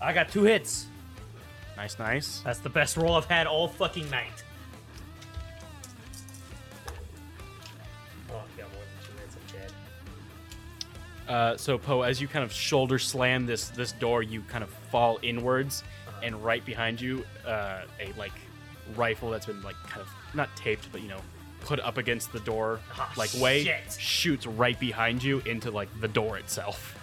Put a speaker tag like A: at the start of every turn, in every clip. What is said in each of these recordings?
A: I got two hits.
B: Nice, nice.
A: That's the best roll I've had all fucking night. Oh, I got more than two hits. I'm dead.
B: Uh, so Poe, as you kind of shoulder slam this this door, you kind of fall inwards, and right behind you, uh, a like rifle that's been like kind of not taped, but you know, put up against the door
A: Ah,
B: like way
A: shit.
B: shoots right behind you into like the door itself.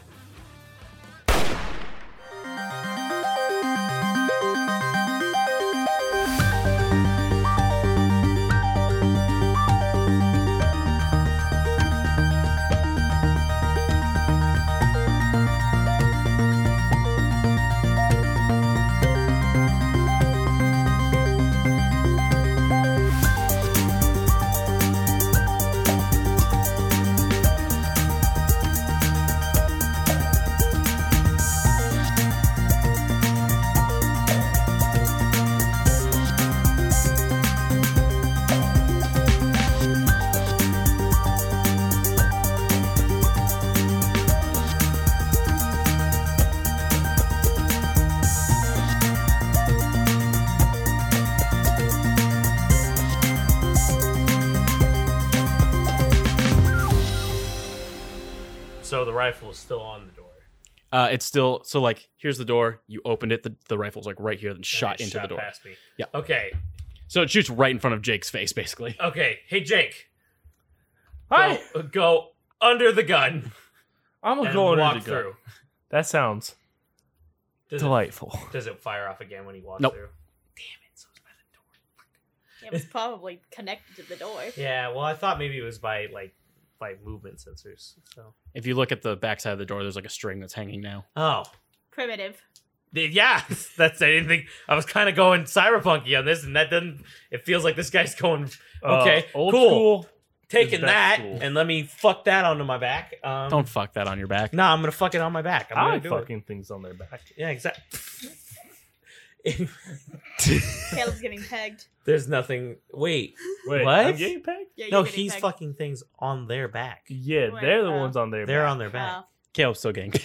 A: So the rifle is still on the door.
B: Uh, it's still so like here's the door. You opened it. The, the rifle's like right here, then
A: And
B: shot
A: it
B: into the door.
A: Past me.
B: Yeah.
A: Okay.
B: So it shoots right in front of Jake's face, basically.
A: Okay. Hey, Jake.
C: Hi.
A: Go, go under the gun
C: I'm
A: and
C: going
A: walk
C: into gun.
A: through.
C: That sounds
A: Does it,
C: delightful.
A: does it fire off again when he walks
B: Nope.
A: through? Damn it! So it's by the door.
D: It was probably connected to the door.
A: Yeah, well, I thought maybe it was by like by movement sensors. So
B: If you look at the backside of the door, there's like a string that's hanging now.
A: oh
D: Primitive.
A: yeah, that's I didn't think I was kind of going cyberpunky on this, and that doesn't. It feels like this guy's going Okay,
C: Uh, old
A: cool.
C: school.
A: taking
C: Is that
A: that
C: cool?
A: and let me fuck that onto my back. Um,
B: Don't fuck that on your back.
A: Nah, I'm gonna fuck it on my back. I'm
C: I
A: gonna
C: like
A: do
C: fucking things on their back.
A: it. Yeah, exactly.
D: Caleb's getting pegged.
A: There's nothing. Wait,
C: Wait,
A: What?
C: I'm getting pegged?
D: Yeah,
A: no,
D: you're getting
A: he's
D: pegged.
A: fucking things on their back.
C: Yeah,
D: Wait,
C: they're the
D: uh,
C: ones on their
A: They're
C: back.
A: on their back.
D: Oh.
B: Caleb's still getting paid.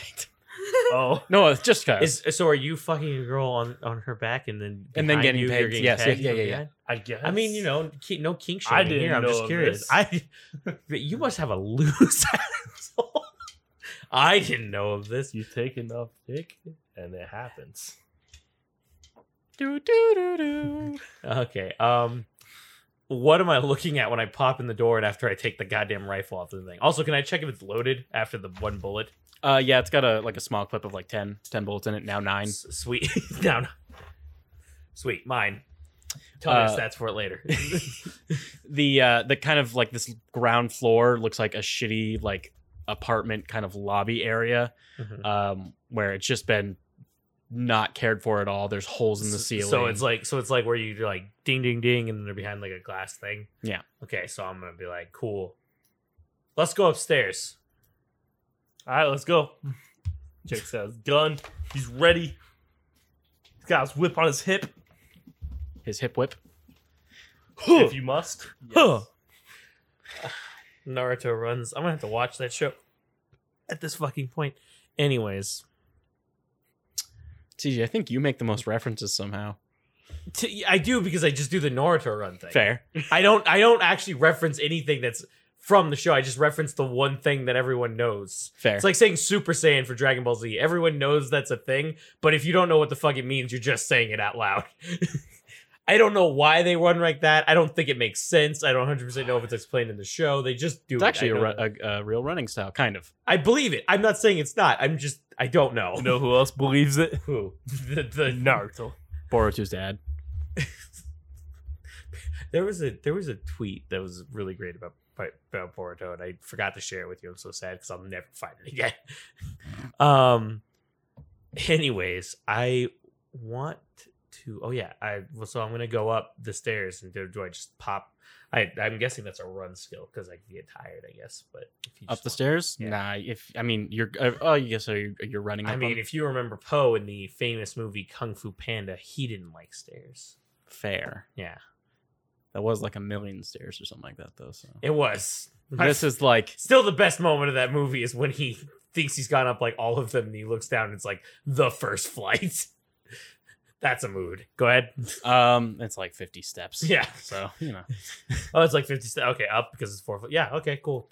C: Oh.
B: No, it's just Kyle.
A: Is, so are you fucking a girl on, on her back and then
B: And then
A: behind
B: getting
A: you, you're
B: pegged. Yes, yeah,
A: pegged
B: yeah,
A: from
B: yeah, yeah.
A: behind?
C: I guess.
A: I mean, you know, ki- no kink
C: I
A: shaming
C: didn't
A: here. I'm
C: know
A: just
C: of
A: curious.
C: this.
A: I, you must have a loose asshole. I didn't know of this.
C: you take enough dick and it happens.
B: do, do, do, do.
A: Okay. Um, what am I looking at when I pop in the door and after I take the goddamn rifle off the thing? Also, can I check if it's loaded after the one bullet?
B: Uh, yeah, it's got a like a small clip of like 10, 10 bullets in it. Now nine.
A: S- Sweet. Down. Sweet. Mine. Tell me
B: Uh,
A: the stats for it later.
B: The uh, the kind of like this ground floor looks like a shitty like apartment kind of lobby area,
C: Mm-hmm.
A: Mhm.
B: um, where it's just been not cared for at all. There's holes in the
A: S-
B: ceiling.
A: So it's like so it's like where you do like ding ding ding and then they're behind like a glass thing.
B: Yeah.
A: Okay, so I'm gonna be like, cool. Let's go upstairs.
C: All right, let's go. Jake says, gun. He's ready. He's got his whip on his hip,
B: his hip whip.
C: if you must.
B: Huh.
A: Naruto runs. I'm gonna have to watch that show at this fucking point. Anyways,
B: TJ, I think you make the most references somehow.
A: t- I do because I just do the Naruto run thing.
B: Fair.
A: I don't. I don't actually reference anything that's from the show. I just reference the one thing that everyone knows.
B: Fair.
A: It's like saying Super Saiyan for Dragon Ball Z. Everyone knows that's a thing, but if you don't know what the fuck it means, you're just saying it out loud. I don't know why they run like that. I don't think it makes sense. I don't 100% know if it's explained in the show. They just do
B: it's
A: it. I
B: actually a,
A: know
B: ru-
A: that.
B: a, a real running style, kind of.
A: I believe it. I'm not saying it's not. I'm just I don't know.
C: You know who else believes it?
A: Who? The, the
C: Naruto.
B: Boruto's dad.
A: There was a there was a tweet that was really great about about Boruto, and I forgot to share it with you. I'm so sad because I'll never find it again. um. Anyways, I want to. Oh yeah, I well, so I'm gonna go up the stairs and do, do I just pop? I I'm guessing that's a run skill because I can get tired, I guess. But if you just
B: Up the
A: want-
B: stairs?
A: Yeah.
B: Nah. If I mean, you're. Uh, oh, yes. So you're, you're running.
A: I
B: up
A: mean,
B: on-
A: if you remember Poe in the famous movie Kung Fu Panda, he didn't like stairs.
B: fair.
A: Yeah,
B: That was like a million stairs or something like that, though. So
A: it was.
B: this is like
A: Still, the best moment of that movie is when he thinks he's gone up like all of them, and he looks down and it's like the first flight. That's a mood. Go ahead.
B: Um, it's like 50 steps.
A: Yeah.
B: So you know,
A: Oh, it's like 50 steps. Okay, up because it's four foot. Yeah, okay, cool.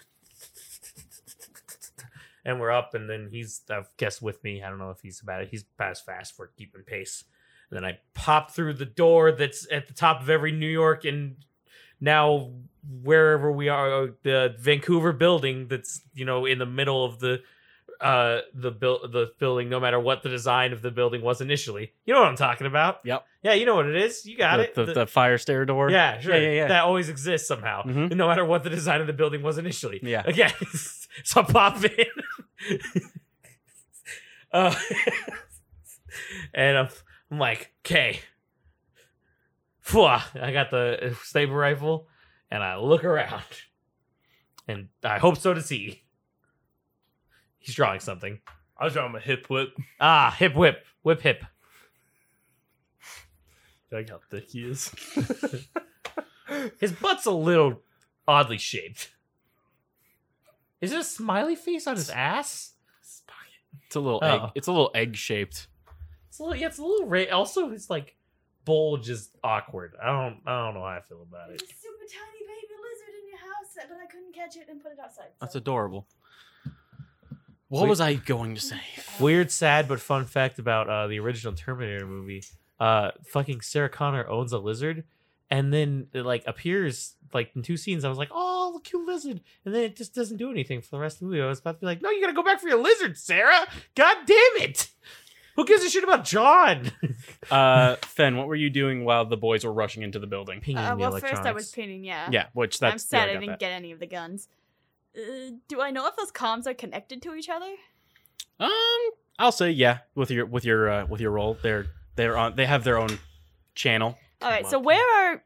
A: And we're up, and then he's, I guess, with me. I don't know if he's about it. He's about as fast for keeping pace. And then I pop through the door that's at the top of every New York and now wherever we are, uh, the Vancouver building that's, you know, in the middle of the uh the build the building no matter what the design of the building was initially you know what i'm talking about
B: Yep.
A: yeah you know what it is you got
B: the,
A: it
B: The,
A: The-
B: the fire stair door.
A: yeah, sure.
B: Yeah, yeah, yeah.
A: That always exists somehow,
B: Mhm.
A: no matter what the design of the building was initially.
B: Yeah.
A: Again, so I pop in. uh, and I'm, I'm like, okay. I got the uh, sniper rifle and I look around. And I hope so to see. He's drawing something.
C: I was drawing a hip whip.
A: Ah, hip whip. Whip hip.
C: Like how thick he is.
A: His butt's a little oddly shaped. Is it a smiley face on his ass?
B: It's a little
A: Oh.
B: egg. It's a little egg shaped.
A: It's a little, yeah, it's a little. Ra- also, his like bulge is awkward. I don't, I don't know how I feel about
D: There's
A: it.
D: a super tiny baby lizard in your house, but I couldn't catch it and put it outside.
B: That's
D: so-
B: adorable. What
A: Wait.
B: was I going to say?
A: Weird, sad, but fun fact about uh, the original Terminator movie: uh, fucking Sarah Connor owns a lizard, and then it like appears like in two scenes. I was like, oh, cute lizard, and then it just doesn't do anything for the rest of the movie. I was about to be like, no, you gotta go back for your lizard, Sarah. God damn it! Who gives a shit about John?
B: Uh, Fen, what were you doing while the boys were rushing into the building?
A: Pinging
D: Uh,
A: the
D: well, first I was
A: electronics.
D: painting, yeah.
B: Yeah, which that's
D: I'm sad
B: yeah,
D: I
B: got
D: didn't
B: that.
D: get any of the guns. Uh, do I know if those comms are connected to each other?
B: Um, I'll say yeah with your with your uh, with your role. They're they're on. They have their own channel.
D: All right, so
B: Lucky.
D: where are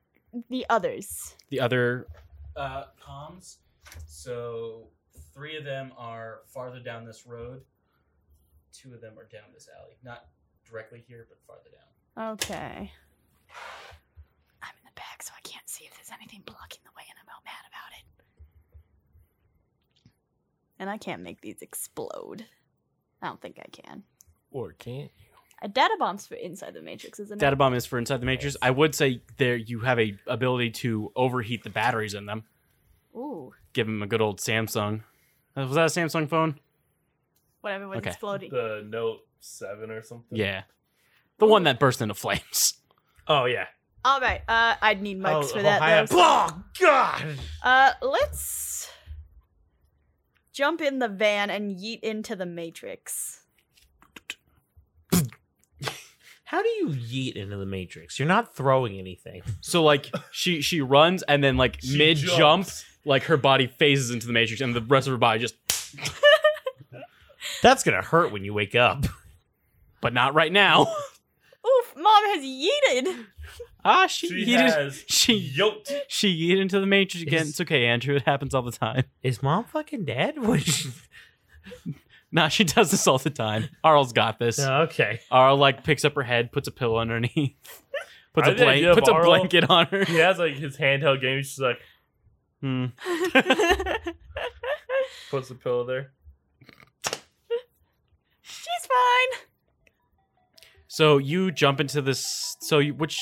D: the others?
B: The other uh, comms. So three of them are farther down this road. Two of them are down this alley, not directly here, but farther down.
D: Okay. I'm in the back, so I can't see if there's anything blocking the way, and I'm all mad about it. And I can't make these explode. I don't think I can.
E: Or can't
D: A data bomb's for inside the matrix, isn't
B: Data
D: it?
B: bomb is for inside the matrix. I would say there you have a ability to overheat the batteries in them.
D: Ooh,
B: Give them a good old Samsung. Uh, Was that a Samsung phone?
D: whatever was
B: Okay.
D: exploding.
C: the Note 7 or something.
B: Yeah, the one that burst into flames.
A: Oh yeah.
D: All right, uh, I'd need mugs
A: Oh,
D: for
A: oh,
D: that.
A: hi,
D: though,
A: I'm-
D: so-
A: Oh god.
D: Uh, let's jump in the van and yeet into the matrix.
A: How do you yeet into the matrix? You're not throwing anything.
B: So like she she runs and then like
C: She
B: mid jump,
C: jumps.
B: like her body phases into the matrix and the rest of her body just
A: That's gonna hurt when you wake up.
B: but not right now.
D: Oof, mom has yeeted.
B: Ah, she
C: She
B: she
C: has
B: she
C: yoked.
B: she yeet into the matrix again.
A: Is-
B: It's okay, Andrew. It happens all the time.
A: Is mom fucking dead? What is she-
B: Nah, she does this all the time. Arl's got this.
A: Oh, okay.
B: Arl like picks up her head, puts a pillow underneath, puts a
C: I had the idea
B: blanket,
C: of
B: puts a
C: Arl-
B: blanket on her.
C: He has like his handheld game. He's just like,
B: Hmm.
C: puts the pillow there.
D: She's fine.
B: So you jump into this. So you which.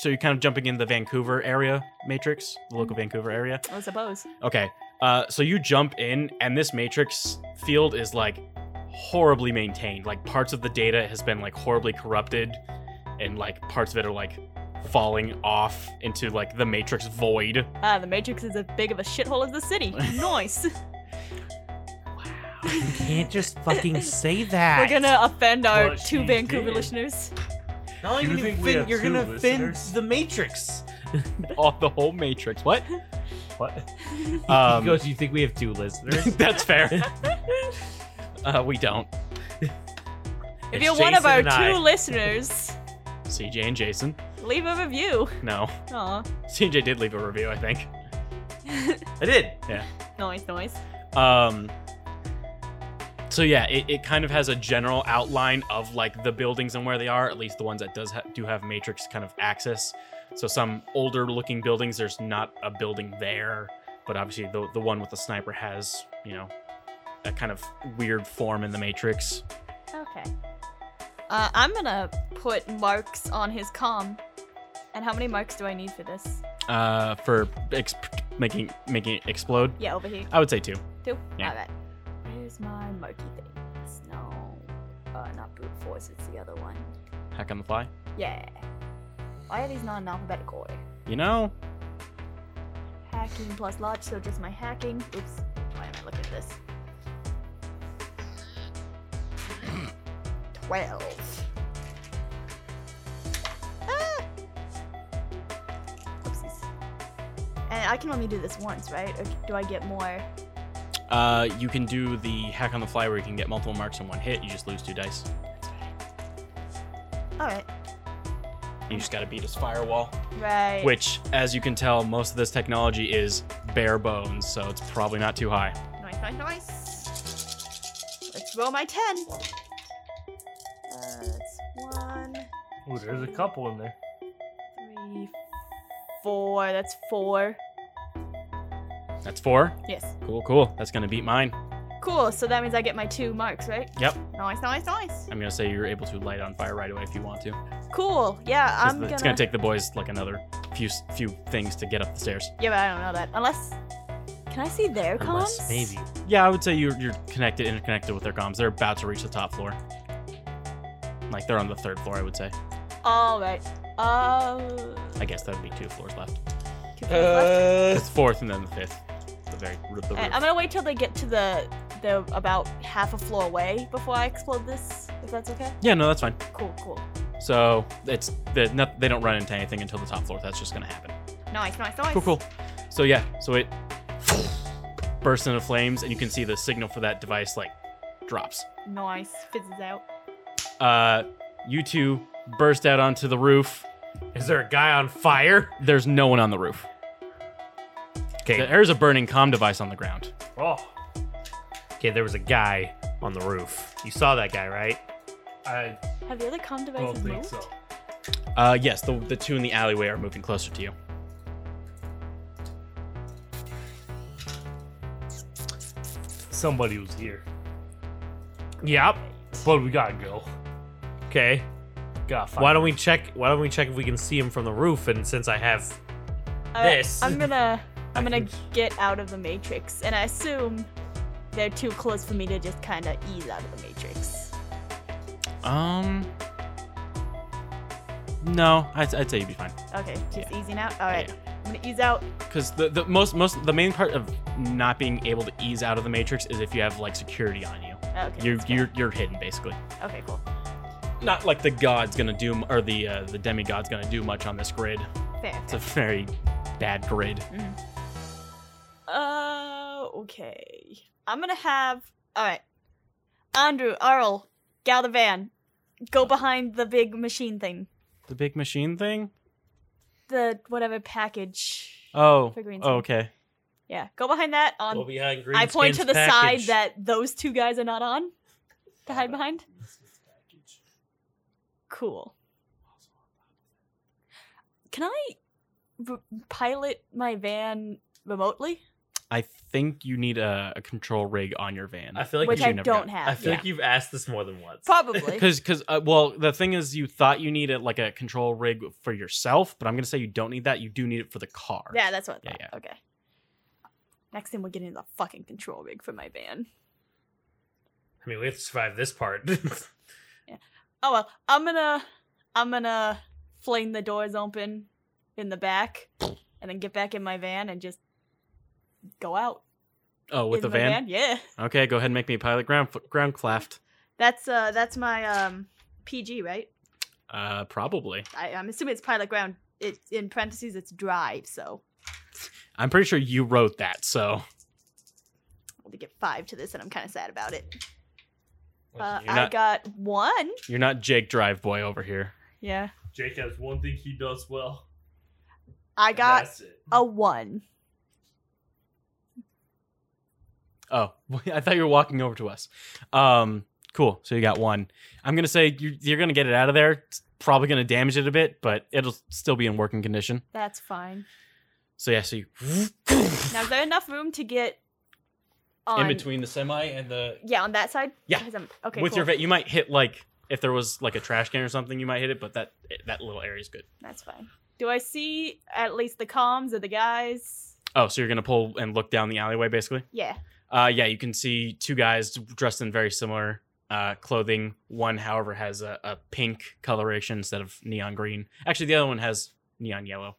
B: So you're kind of jumping in the Vancouver area matrix, the local Vancouver area.
D: I suppose.
B: Okay. Uh, so you jump in, and this matrix field is like horribly maintained. Like parts of the data has been like horribly corrupted, and like parts of it are like falling off into like the matrix void.
D: Ah, the matrix is as big of a shithole as the city. nice.
A: You can't just fucking say
D: We're
A: that.
D: gonna offend our
C: Well,
D: two
C: she
D: Vancouver
C: did.
D: listeners.
A: Not only
C: You
A: can you
C: think we
A: offend-
C: have
A: you're
C: two
A: gonna offend
C: listeners?
A: the matrix.
B: Off the whole matrix. What?
C: What?
A: he
B: Um,
A: goes, you think we have two listeners?
B: that's fair. Uh, we don't.
D: if
A: It's
D: you're one of
A: Jason
D: our
A: and
D: two
A: I.
D: listeners,
B: CJ and Jason.
D: leave a review.
B: No.
D: Aw,
B: CJ did leave a review, I think.
A: I did.
D: noise, noise.
B: Um, so yeah, it, it kind of has a general outline of like the buildings and where they are. At least the ones that does ha- do have matrix kind of access. So some older looking buildings, there's not a building there, but obviously the the one with the sniper has you know a kind of weird form in the matrix.
E: Okay. Uh, I'm gonna put marks on his comm. And how many marks do I need for this?
B: Uh, for ex- making making it explode,
E: Yeah, over here.
B: I would say two.
E: Two.
B: Uh, Yeah.
E: All right. Where's my marky thing? It's no, uh, not brute force. It's the other one.
B: Hack on the fly.
E: Yeah. Why are these not in alphabetical order?
B: You know,
E: Hacking plus lodge, so just my hacking. Oops. Why am I looking at this? Twelve. Ah! Oopsies. And I can only do this once, right? Or do I get more?
B: uh, you can do the hack on the fly where you can get multiple marks in one hit. You just lose two dice.
E: All right.
B: You just gotta beat his firewall,
E: Right.
B: which, as you can tell, most of this technology is bare bones, so it's probably not too high.
E: Nice, nice, nice. Let's roll my 10. Uh, that's one,
C: Ooh, there's a couple in there.
E: three, four. That's four.
B: That's four.
E: Yes.
B: Cool, cool. That's gonna beat mine.
E: Cool. So that means I get my two marks, right?
B: Yep.
E: Nice, nice, nice.
B: I'm gonna say you're able to light on fire right away if you want to. 'Cause
E: Cool. Yeah, I'm
B: the-
E: gonna.
B: It's gonna take the boys like another few s- few things to get up the stairs.
E: Yeah, but I don't know that. Unless. Can I see their
A: Unless
E: comms?
A: maybe
B: Yeah, I would say you're you're connected, interconnected with their comms. They're about to reach the top floor. Like they're on the third floor, I would say.
E: All right. Uh.
B: I guess that'd be two floors left.
E: two people left.
A: Uh,
B: It's fourth and then the fifth. The very the
E: All right,
B: roof.
E: I'm gonna wait till they get to the the about half a floor away before I explode this. If that's okay.
B: Yeah, no, that's fine.
E: Cool. Cool.
B: So it's they not, they don't run into anything until the top floor. That's just gonna happen.
E: Nice. Nice. Nice.
B: Cool, cool. So yeah, so it bursts into flames, and you can see the signal for that device like drops.
E: Nice. Fizzes out.
B: Uh, you two burst out onto the roof.
A: is there a guy on fire?
B: There's no one on the roof.
A: Okay,
B: There's a burning comm device on the ground.
C: Oh,
A: okay, there was a guy on the roof. You saw that guy, right?
C: I
E: Have the other comm
C: don't
E: devices
C: think
E: moved?
C: so.
B: Uh, yes, the, the two in the alleyway are moving closer to you.
C: Somebody was here.
A: Yep.
C: But we gotta go.
A: Okay.
C: Gotta find
A: Why don't we check? Why don't we check if we can see him from the roof? And since I have
E: All right,
A: this,
E: Uh, I'm gonna I'm
A: I
E: gonna
A: think-
E: get out of the matrix, and I assume they're too close for me to just kind of ease out of the matrix.
B: Um, no, I'd, I'd say you'd be fine.
E: Okay, just easing out. All right, I'm gonna ease out.
B: Because the, the most most the main part of not being able to ease out of the matrix is if you have like security on you.
E: Okay,
B: You're
E: that's fair.
B: you're you're hidden basically.
E: okay, cool,
B: Not like the god's gonna do m- or the uh, the demigod's gonna do much on this grid.
E: fair.
B: It's a
E: fair.
B: very bad grid.
E: Uh, okay. I'm gonna have all right. Andrew, Arl, Galdavan, go behind the big machine thing,
B: The big machine thing.
E: the whatever package.
B: Oh,
E: For green
B: oh,
E: screen.
B: okay.
E: Yeah, go behind that on
A: Go behind
E: Um, I point
A: Greenspan's
E: to the
A: package.
E: side that those two guys are not on to hide behind. Cool. Can I re- pilot my van remotely?
B: I think you need a, a control rig on your van.
A: I feel like
E: Which
A: you
E: I
B: never
E: don't
B: got-
A: I
E: have.
A: feel
E: yeah.
A: like you've asked this more than once.
E: Probably.
B: Because, because, uh, well, the thing is, you thought you needed like a control rig for yourself, but I'm gonna say you don't need that. You do need it for the car.
E: yeah, that's what I
B: Yeah,
E: thought. Okay. Next thing we're getting the fucking control rig for my van.
A: I mean, we have to survive this part.
E: Oh well, I'm gonna I'm gonna fling the doors open in the back and then get back in my van and just go out.
B: Oh, with
E: in
B: the
E: my
B: van?
E: van. Yeah.
B: Okay, go ahead and make me a pilot ground ground cleft.
E: That's uh that's my um PG, right?
B: Uh, probably.
E: I, I'm assuming it's pilot ground. It in parentheses it's drive, so
B: I'm pretty sure you wrote that. So
E: I only get five to this, and I'm kind of sad about it.
B: Well,
E: Uh,
B: you're
E: I
B: not-
E: got one.
B: you're not Jake Drive Boy over here.
E: Yeah,
C: Jake has one thing he does well.
E: I
C: and
E: got
C: that's it.
E: a one.
B: Oh, I thought you were walking over to us. Um, cool. So you got one. I'm gonna say you're, you're gonna get it out of there. It's probably gonna damage it a bit, but it'll still be in working condition.
E: That's fine.
B: So yeah, so you
E: Now, is there enough room to get on
B: in between the semi and the
E: Yeah, on that side.
B: Yeah.
E: 'Cause I'm- okay.
B: with
E: cool.
B: your vet, you might hit like if there was like a trash can or something, you might hit it, but that that little area is good.
E: That's fine. Do I see at least the comms of the guys?
B: Oh, so you're gonna pull and look down the alleyway, basically.
E: Yeah.
B: Uh, yeah, you can see two guys dressed in very similar uh, clothing. One, however, has a, a pink coloration instead of neon green. Actually, the other one has neon yellow.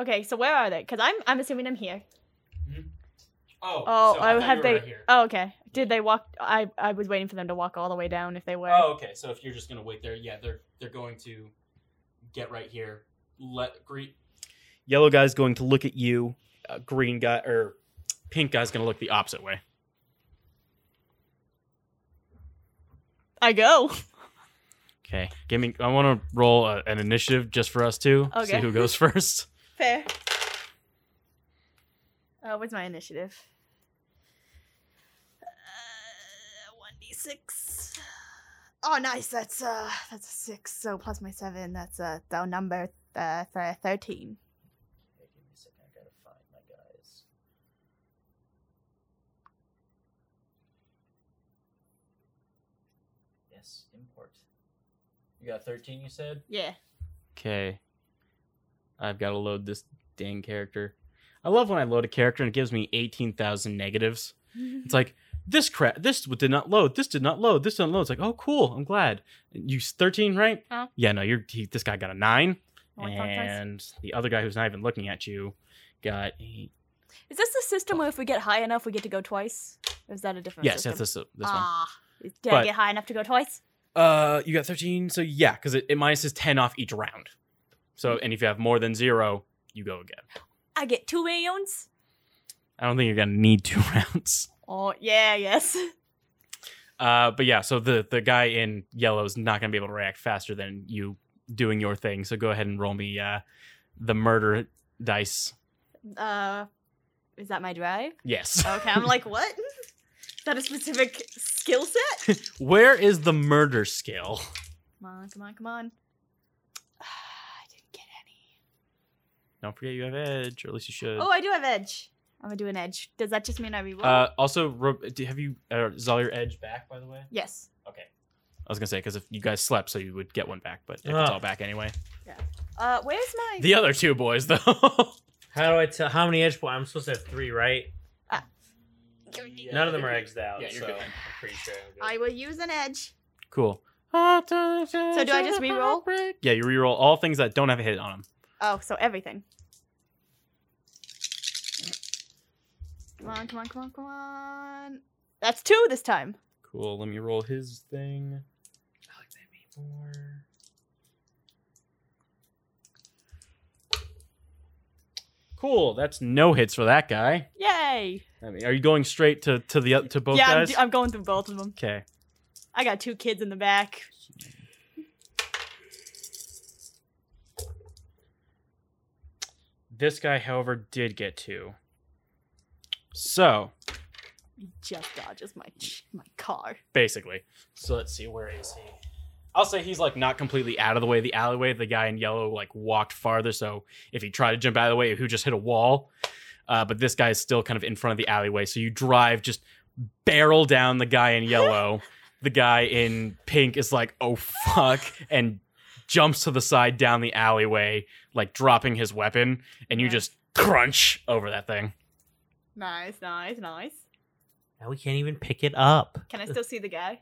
E: Okay, so where are they? Because I'm I'm assuming I'm here.
B: Oh,
E: Oh, I have they. Oh, okay. Did they walk? I I was waiting for them to walk all the way down if they were.
B: Oh, okay. So if you're just gonna wait there, yeah, they're they're going to get right here. Let green yellow guy's going to look at you. Uh, green guy or pink guy's gonna look the opposite way.
E: I go.
B: Okay, give me. I want to roll a, an initiative just for us two. See
E: Okay.
B: who goes first.
E: Fair. Uh, where's my initiative? Uh, One d six. Oh, nice. That's uh, that's a six. So plus my seven, that's uh, the number uh, th- thirteen.
F: Okay, give me a second. I gotta find my guys. Yes, import. You got 13, you said?
E: Yeah.
B: Okay. I've got to load this dang character. I love when I load a character and it gives me 18,000 negatives. It's like, this crap, this w- did not load, this did not load, this didn't load. It's like, oh, cool, I'm glad. You s- 13, right?
E: Huh?
B: Yeah, no, you're he, this guy got a nine.
E: Oh, I thought twice.
B: and the other guy who's not even looking at you got eight.
E: Is this the system where if we get high enough, we get to go twice? Or is that a different
B: Yes,
E: system?
B: that's this, this one.
E: ah, Did I
B: But-
E: get high enough to go twice?
B: Uh, you got 13, so yeah, because it, it minuses 10 off each round. So,
E: Hmm.
B: and if you have more than zero, you go again.
E: I get two millions?
B: I don't think you're going to need two rounds.
E: Oh, yeah, yes.
B: Uh, but yeah, so the the guy in yellow is not going to be able to react faster than you doing your thing. So go ahead and roll me uh, the murder dice.
E: Uh, is that my drive?
B: Yes.
E: Okay, I'm like, what? Is that a specific skill set?
B: Where is the murder skill?
E: Come on, come on, come on.
D: I didn't get any.
B: Don't forget you have edge, or at least you should.
E: Oh, I do have edge. I'm gonna do an edge. Does that just mean I reroll?
B: uh, also, ro- do- have you uh, is all your edge back? By the way,
E: yes.
B: I was gonna say because if you guys slept, so you would get one back, but if it's
A: Ah.
B: all back anyway.
E: Uh, where's my?
B: The other two boys,
A: Oh,
B: though.
A: How do I tell how many edge points? I'm supposed to have three, right?
E: Uh,
A: None of them are edged out.
B: Yeah, you're
A: so
B: good.
A: I'm pretty sure. I'm
E: I
A: good.
E: will use an edge.
B: cool. So do
E: I just re-roll?
B: Yeah, you re-roll all things that don't have a hit on them.
E: Oh, so everything. Come on, come on, come on, come on. That's two this time.
B: Cool. Let me roll his thing. Cool. That's no hits for that guy.
E: Yay!
B: I mean, are you going straight to to the to both
E: yeah, I'm,
B: guys?
E: d- I'm going through both of them.
B: okay.
E: I got two kids in the back.
B: This guy, however, did get two. So
E: He just dodges my ch- my car.
B: basically, so let's see. Where is he? I'll say he's like not completely out of the way. of The alleyway. The guy in yellow like walked farther. So if he tried to jump out of the way, he would just hit a wall. Uh, but this guy is still kind of in front of the alleyway. So you drive just barrel down the guy in yellow. the guy in pink is like, oh fuck, and jumps to the side down the alleyway, like dropping his weapon, and you just crunch over that thing.
E: Nice, nice, nice.
A: Now we can't even pick it up.
E: Can I still see the guy?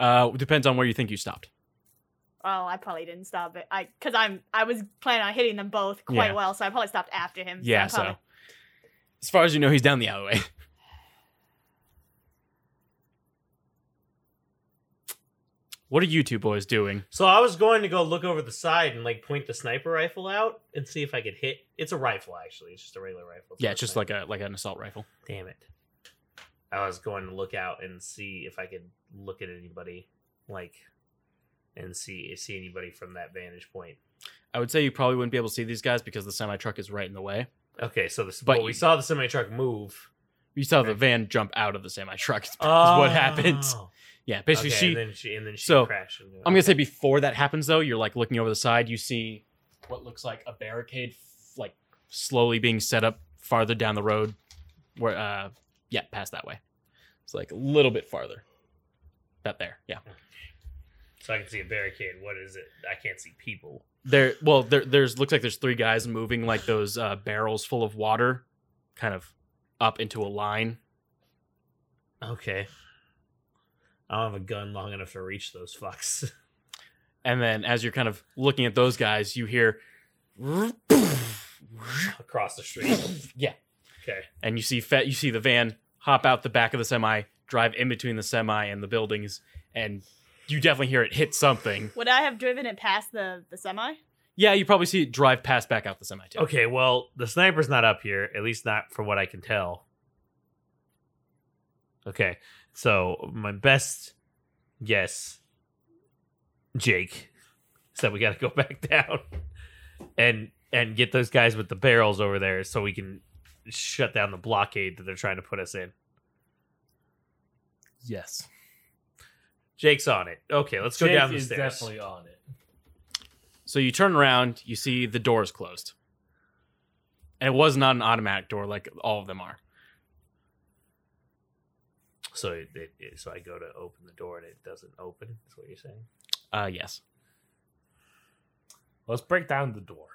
B: Uh, depends on where you think you stopped.
E: Oh, I probably didn't stop it. I because I'm I was planning on hitting them both quite
B: Yeah.
E: well, so I probably stopped after him. so
B: Yeah,
E: I'm
B: so
E: probably-
B: as far as you know, he's down the alleyway. What are you two boys doing?
A: So I was going to go look over the side and like point the sniper rifle out and see if I could hit. It's a rifle, actually. It's just a regular rifle. It's
B: Yeah,
A: not
B: it's just
A: sniper.
B: like a like an assault rifle.
A: Damn it. I was going to look out and see if I could look at anybody, like, and see see anybody from that vantage point.
B: I would say you probably wouldn't be able to see these guys because the semi truck is right in the way.
A: Okay, so this
B: But
A: but well, we
B: you-
A: saw the semi truck move.
B: You saw the
A: Okay.
B: van jump out of the semi truck. Is, is what happens.
A: Oh.
B: Yeah, basically
A: Okay,
B: she.
A: and then she and then she
B: so,
A: crashed. Into
B: I'm gonna say before that happens though, you're like looking over the side. You see what looks like a barricade, f- like slowly being set up farther down the road. Where uh yeah, past that way. It's like a little bit farther. About there, yeah.
A: So I can see a barricade. What is it? I can't see people.
B: There well there there's looks like there's three guys moving like those uh barrels full of water kind of up into a line.
A: Okay. I don't have a gun long enough to reach those fucks.
B: And then as you're kind of looking at those guys, you hear
A: Across the street.
B: yeah,
A: Okay.
B: and you see Fett, you see the van hop out the back of the semi, drive in between the semi and the buildings, and you definitely hear it hit something.
E: Would I have driven it past the, the semi?
B: Yeah, you probably see it drive past back out the semi too.
A: Okay, well, the sniper's not up here, at least not from what I can tell. Okay, so my best guess, Jake, is that we got to go back down and and get those guys with the barrels over there so we can shut down the blockade that they're trying to put us in.
B: Yes.
A: Jake's on it. Okay, let's go
C: Jake
A: down the
C: is
A: stairs.
C: definitely on it.
B: So you turn around, you see the doors closed. And it was not an automatic door like all of them are.
A: So it, it, it- so I go to open the door and it doesn't open. Is what you're saying?
B: Uh yes.
C: Let's break down the door.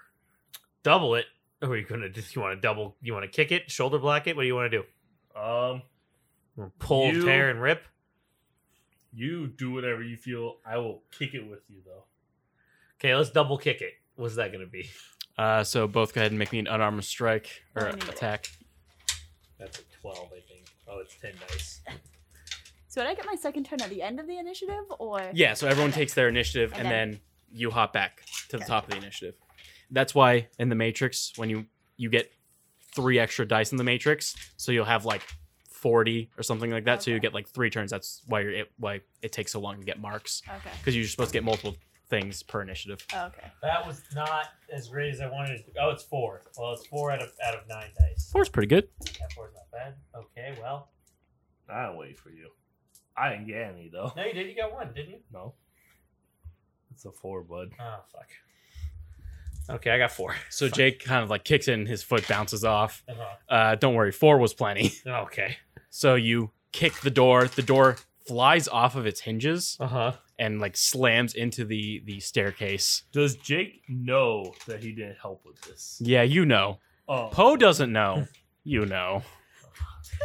A: Double it. Or are you gonna just you want to double? You want to kick it, shoulder block it? What do you want to do?
C: Um,
A: We'll pull,
C: You-
A: tear, and rip.
C: you do whatever you feel. I will kick it with you though.
A: Okay, let's double kick it. What's that gonna be?
B: Uh so both go ahead and make me an unarmed strike or
E: I need it.
B: attack.
A: That's a twelve, I think. Oh, it's ten dice.
E: So would I get my second turn at the end of the initiative, or
B: Yeah, so everyone takes their initiative and,
E: And
B: then,
E: then-
B: you hop back to the
E: Okay.
B: top of the initiative. That's why in the Matrix, when you you get three extra dice in the Matrix, so you'll have like forty or something like that. So you
E: Okay.
B: get like three turns. That's why you're it, why it takes so long to get marks
E: okay,
B: because you're supposed to get multiple things per initiative.
E: oh, okay,
A: That was not as great as I wanted. It to be. Oh, it's four. Well, it's four out of out of nine dice.
B: Four's pretty good.
A: That four's not bad. Okay, well,
C: I'll wait for you. I didn't get any though.
A: no, you did. You got one, didn't you?
C: No, it's a four, bud.
A: Oh fuck. Okay, I got four.
B: So Jake kind of like kicks in, his foot bounces off.
A: Uh-huh.
B: Uh, don't worry, four was plenty.
A: Okay.
B: so you kick the door. The door flies off of its hinges
A: Uh huh.
B: and like slams into the the staircase.
C: Does Jake know that he didn't help with this?
B: Yeah, you know.
C: Oh,
B: Poe doesn't know. You know.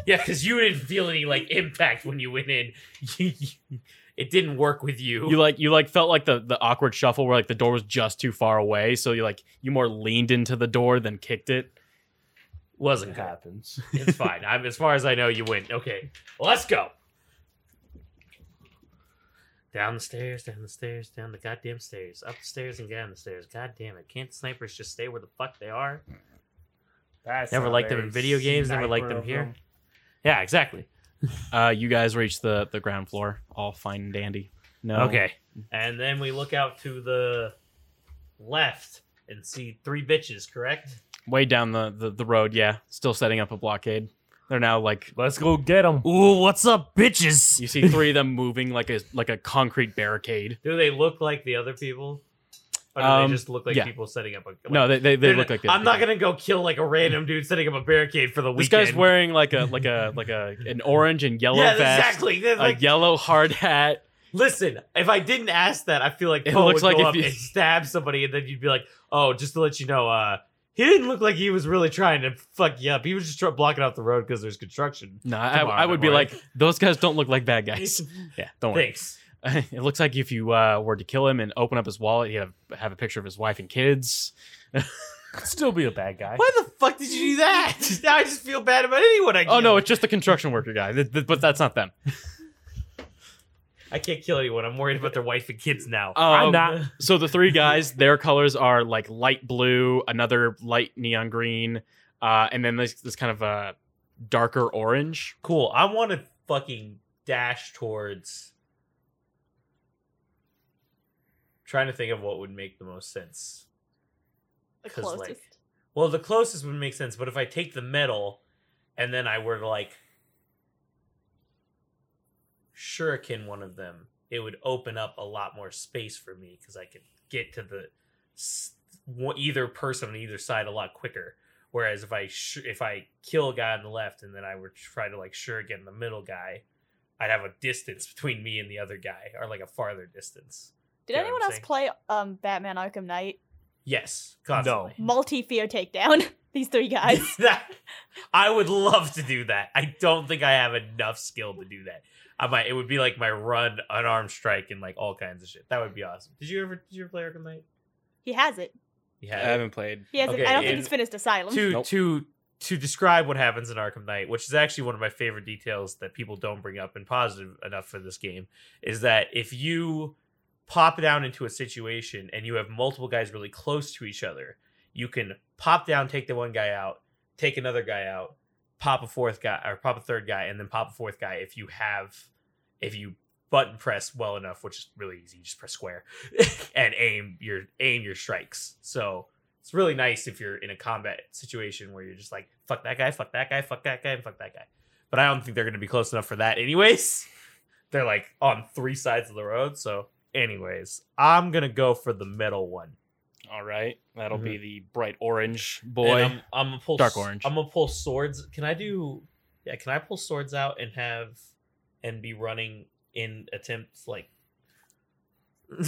A: Yeah, because you didn't feel any like impact when you went in. it didn't work with you.
B: You like you like felt like the the awkward shuffle where like the door was just too far away, so you like you more leaned into the door than kicked it.
A: wasn't
C: it
A: good.
C: happens.
A: It's fine. I'm as far as I know, you win. Okay, let's go. Down the stairs, down the stairs, down the goddamn stairs, up the stairs and down the stairs. God damn it! Can't snipers just stay where the fuck they are?
C: That's
A: Never
C: not
A: liked them
C: very
A: in video games, never liked
C: sniper
A: them
C: of
A: here. Yeah, exactly.
B: Uh you guys reach the the ground floor, all fine and dandy. No.
A: Okay, and then we look out to the left and see three bitches. Correct?
B: Way down the the, the road, yeah. Still setting up a blockade. They're now like
C: Let's go get them.
A: Ooh, what's up, bitches?
B: you see three of them moving like a like a concrete barricade.
A: Do they look like the other people? Or do
B: Um,
A: they just look like
B: yeah.
A: people setting up a? Like,
B: No, they they, they
A: They're
B: look
A: not-
B: like the
A: I'm
B: other
A: not
B: people.
A: gonna go kill like a random dude setting up a barricade for the
B: This
A: weekend.
B: guy's wearing like a like a like a an orange and yellow
A: yeah,
B: vest,
A: exactly. They're
B: a
A: Like,
B: yellow hard hat.
A: listen, if I didn't ask that, I feel like
B: It
A: Poe
B: looks
A: would
B: like
A: go
B: if
A: up
B: you-
A: and stab somebody, and then you'd be like, "Oh, just to let you know, uh, he didn't look like he was really trying to fuck you up. He was just tr- blocking off the road because there's construction."
B: No, I,
A: Tomorrow,
B: I would
A: don't
B: be
A: worry.
B: like, those guys don't look like bad guys. yeah, don't worry.
A: Thanks.
B: it looks like if you uh, were to kill him and open up his wallet, he'd have, have a picture of his wife and kids.
C: Still be a bad guy.
A: Why the fuck did you do that? now I just feel bad about anyone. I
B: Oh no,
A: kill.
B: it's just the construction worker guy, Th- th- but that's not them.
A: I can't kill anyone. I'm worried about their wife and kids now.
B: Um,
C: I'm not.
B: So the three guys, their colors are like light blue, another light neon green, uh, and then this this kind of uh, darker orange.
A: cool. I want to fucking dash towards trying to think of what would make the most sense.
E: the
A: 'Cause,
E: closest.
A: like- Well, the closest would make sense, but if I take the metal and then I were to like shuriken one of them, it would open up a lot more space for me because I could get to the s- one- either person on either side a lot quicker. Whereas if I sh- if I kill a guy on the left and then I were to try to like sure get in the middle guy, I'd have a distance between me and the other guy, or like a farther distance.
E: Did
A: Yeah, I'm
E: anyone else
A: saying-
E: play um Batman Arkham Knight?
A: Yes, constantly.
E: Multi fear takedown. These three guys.
A: that, I would love to do that. I don't think I have enough skill to do that. I might. It would be like my run, unarmed strike, and like all kinds of shit. That would be awesome. Did you ever? Did you ever play Arkham Knight?
E: He has it.
A: Yeah.
B: I haven't played.
E: He has.
A: Okay,
E: it. I don't think
A: and
E: he's finished Asylum.
A: to
B: Nope.
A: to to describe what happens in Arkham Knight, which is actually one of my favorite details that people don't bring up and positive enough for this game, is that if you pop down into a situation and you have multiple guys really close to each other, you can pop down, take the one guy out, take another guy out, pop a fourth guy or pop a third guy, and then pop a fourth guy if you have if you button press well enough, which is really easy, you just press square and aim your aim your strikes. So it's really nice if you're in a combat situation where you're just like fuck that guy, fuck that guy, fuck that guy, and fuck that guy. But I don't think they're going to be close enough for that, anyways. They're like on three sides of the road, so anyways, I'm gonna go for the metal one.
B: All right, that'll
A: Mhm.
B: be the bright orange
A: And
B: boy.
A: I'm, I'm gonna pull
B: Dark
A: s-
B: orange.
A: I'm gonna pull swords. Can I do? Yeah, can I pull swords out and have and be running in attempts like? do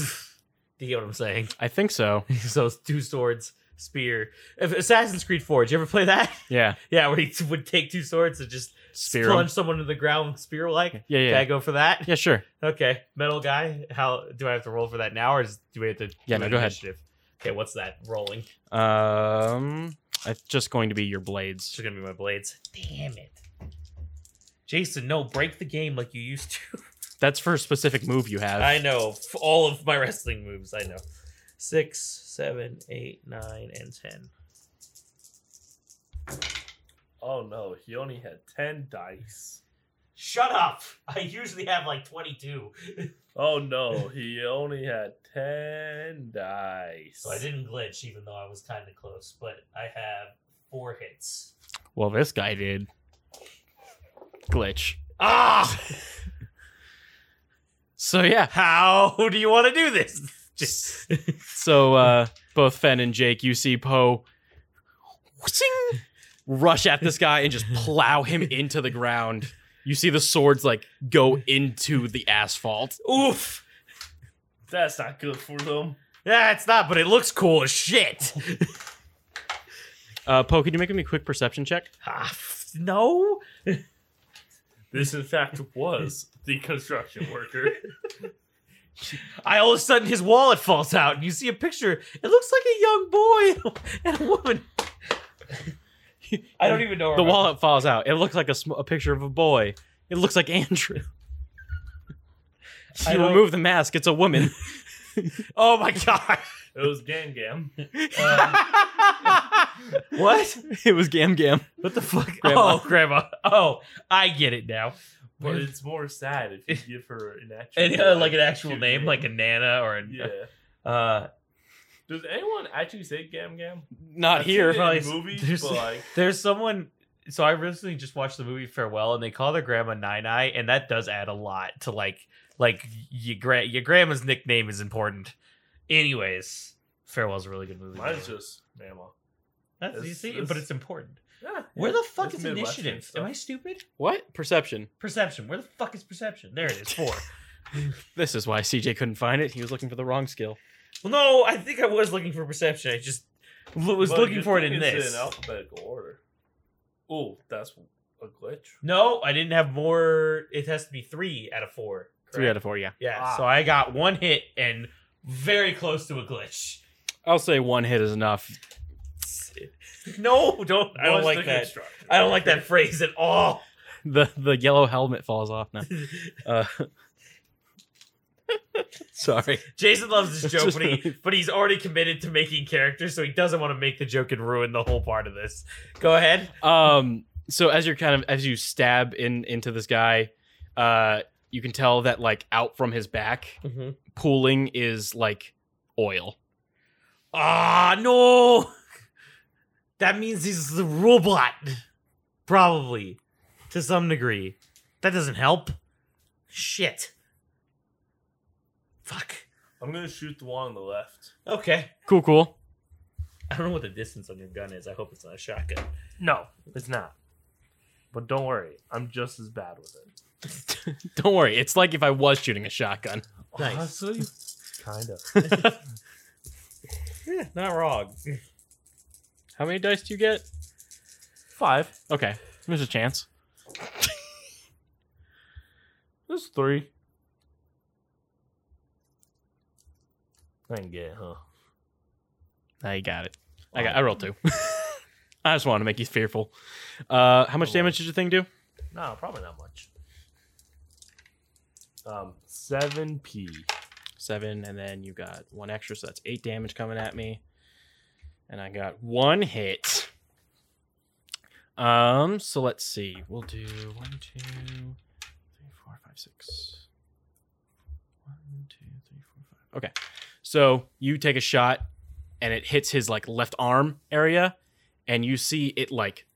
A: you get what I'm saying?
B: I think so.
A: so it's two swords, spear. If Assassin's Creed Four, did you ever play that?
B: Yeah,
A: Yeah, where he t- would take two swords and just
B: spear.
A: plunge
B: him.
A: someone to the ground spear like.
B: Yeah, yeah,
A: Can I go for that?
B: yeah. Sure.
A: Okay. Metal guy, how do I have to roll for that now or is, do we have to
B: Yeah,
A: do
B: no,
A: an
B: go ahead.
A: initiative? Okay, what's that? Rolling. It's
B: Um, it's just going to be your blades.
A: just gonna be my blades. Damn it. Jason, no, break the game like you used to.
B: That's for a specific move you have.
A: I know. f- All of my wrestling moves, I know. Six, seven, eight, nine, and ten.
C: Oh no, he only had ten dice.
A: Shut up! I usually have like twenty-two.
C: Oh no, he only had ten dice.
A: So I didn't glitch even though I was kinda close, but I have four hits.
B: Well, this guy did. Glitch.
A: Ah!
B: So yeah.
A: How Oh, do you want to do this? Just
B: So uh, both Fen and Jake, you see Poe whizzing, rush at this guy and just plow him into the ground. You see the swords like go into the asphalt.
A: oof.
C: That's not good for them.
A: Yeah, it's not, but it looks cool as shit.
B: Uh, Poe, could you make me a quick perception check?
A: Ah, f- no.
C: This in fact was the construction worker.
A: I all of a sudden his wallet falls out, and you see a picture. It looks like a young boy and a woman. I don't even know her
B: The
A: name.
B: wallet falls out. It looks like a, sm- a picture of a boy. It looks like Andrew.
A: I
B: you
A: don't-
B: remove the mask. It's a woman.
A: Oh my god!
C: It was Gam Gam.
A: what?
B: it was Gam Gam.
A: What the fuck?
B: Grandma.
A: Oh, grandma. Oh, I get it now.
C: But it's more sad if you give her an actual
A: And, uh, like an actual
C: cute
A: name, like a Nana or a
C: Yeah.
A: uh,
C: Does anyone actually say Gam Gam?
B: Not
C: I've
B: here.
C: seen it in
A: probably-
C: movies,
A: there's-
C: but like
A: There's someone. So I recently just watched the movie Farewell, and they call their grandma Nine Eye, and that does add a lot to like like your gra- your grandma's nickname is important. Anyways, Farewell's a really good movie.
C: mine's just Mama.
A: That's, you
C: it's-
A: see,
C: it's-
A: but it's important.
C: Yeah,
A: Where the fuck is
C: it's Midwestern
A: initiative?
C: stuff.
A: Am I stupid?
B: What? Perception.
A: Perception. Where the fuck is perception? There it is. Four.
B: This is why CJ couldn't find it. He was looking for the wrong skill.
A: well, no, I think I was looking for perception. I just l- was
C: But
A: looking
C: good
A: for it
C: thing
A: in
C: it's
A: this.
C: in alphabetical order. Oh, that's a glitch.
A: No, I didn't have more. It has to be three out of four.
B: Three
A: correct?
B: out of four. Yeah.
A: Yeah,
C: Ah.
A: so I got one hit and very close to a glitch.
B: I'll say one hit is enough.
A: No, don't. I don't
C: Was
A: like
C: the
A: that.
C: construction
A: I don't like
C: worker.
A: that phrase at all.
B: The the yellow helmet falls off now. Uh, sorry.
A: Jason loves this
B: It's
A: joke,
B: just
A: but, he,
B: really-
A: but he's already committed to making characters, so he doesn't want to make the joke and ruin the whole part of this. Go ahead.
B: Um. So as you're kind of as you stab in into this guy, uh, you can tell that like out from his back,
A: Mm-hmm.
B: pooling is like oil.
A: Ah, no. That means he's the robot. Probably. To some degree. That doesn't help. Shit. Fuck.
C: I'm gonna shoot the one on the left.
A: Okay.
B: Cool, cool.
A: I don't know what the distance on your gun is. I hope it's not a shotgun.
C: No, it's not. But don't worry, I'm just as bad with it.
B: Don't worry, it's like if I was shooting a shotgun.
A: Nice.
C: Honestly, kind of.
A: Yeah, not wrong.
B: How many dice do you get?
C: Five.
B: Okay, there's a chance.
C: There's three. I can get it, huh?
B: I got it. I got. I rolled two. I just wanted to make you fearful. Uh, how
A: Oh,
B: much damage did your thing do?
C: No, probably not much. Um, seven P.
B: Seven, and then you got one extra, so that's eight damage coming at me. And I got one hit. Um, so let's see. We'll do one, two, three, four, five, six. One, two, three, four, five. Okay. So you take a shot and it hits his like left arm area, and you see it like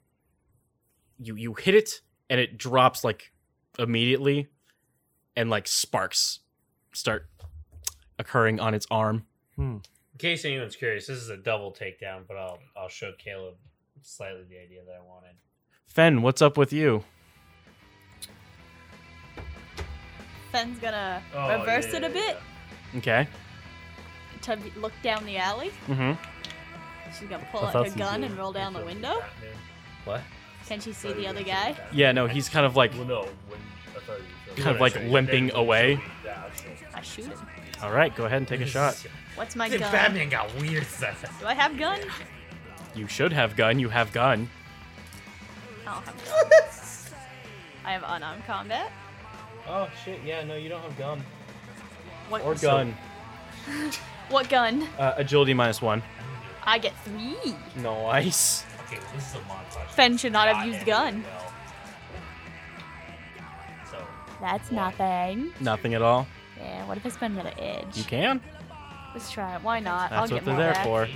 B: you you hit it and it drops like immediately and like sparks start occurring on its arm.
A: In case anyone's curious, this is a double takedown, but I'll I'll show Caleb slightly the idea that I wanted.
B: Fen, what's up with you?
E: Fen's gonna
C: Oh,
E: reverse
C: yeah,
E: it a
C: yeah,
E: bit
B: Okay.
E: to be- look down the alley.
B: Mm-hmm.
E: She's gonna pull
C: I
E: out
C: thought
E: her
C: she
E: gun
C: did.
E: and roll down the window.
A: What?
E: Can she see the other guy?
B: Yeah, no, he's kind of like,
C: Well, no. When, I thought you were
B: Kind of like
C: Yeah,
B: limping
C: yeah,
B: away.
C: yeah, so-
E: I shoot him.
B: all right, go ahead and take a shot.
E: What's my
A: Dude,
E: gun?
A: Batman got weird stuff.
E: Do I have gun?
B: You should have gun. You have gun.
E: I don't have gun. I have unarmed combat.
B: Oh shit! Yeah, no, you don't have gun
E: What,
B: or gun.
E: What gun?
B: Uh, agility minus one.
E: I get three.
B: Nice.
A: Okay, well, this is a montage.
E: Fen should not have
A: Not
E: used
A: ending
E: gun.
A: well. So
E: That's nothing.
B: Nothing at all.
E: Yeah, what if I spend another edge?
B: You can.
E: Let's try it. Why not? I'll
B: That's
E: get
B: what they're
E: more
B: there
E: back.
B: for.
A: okay,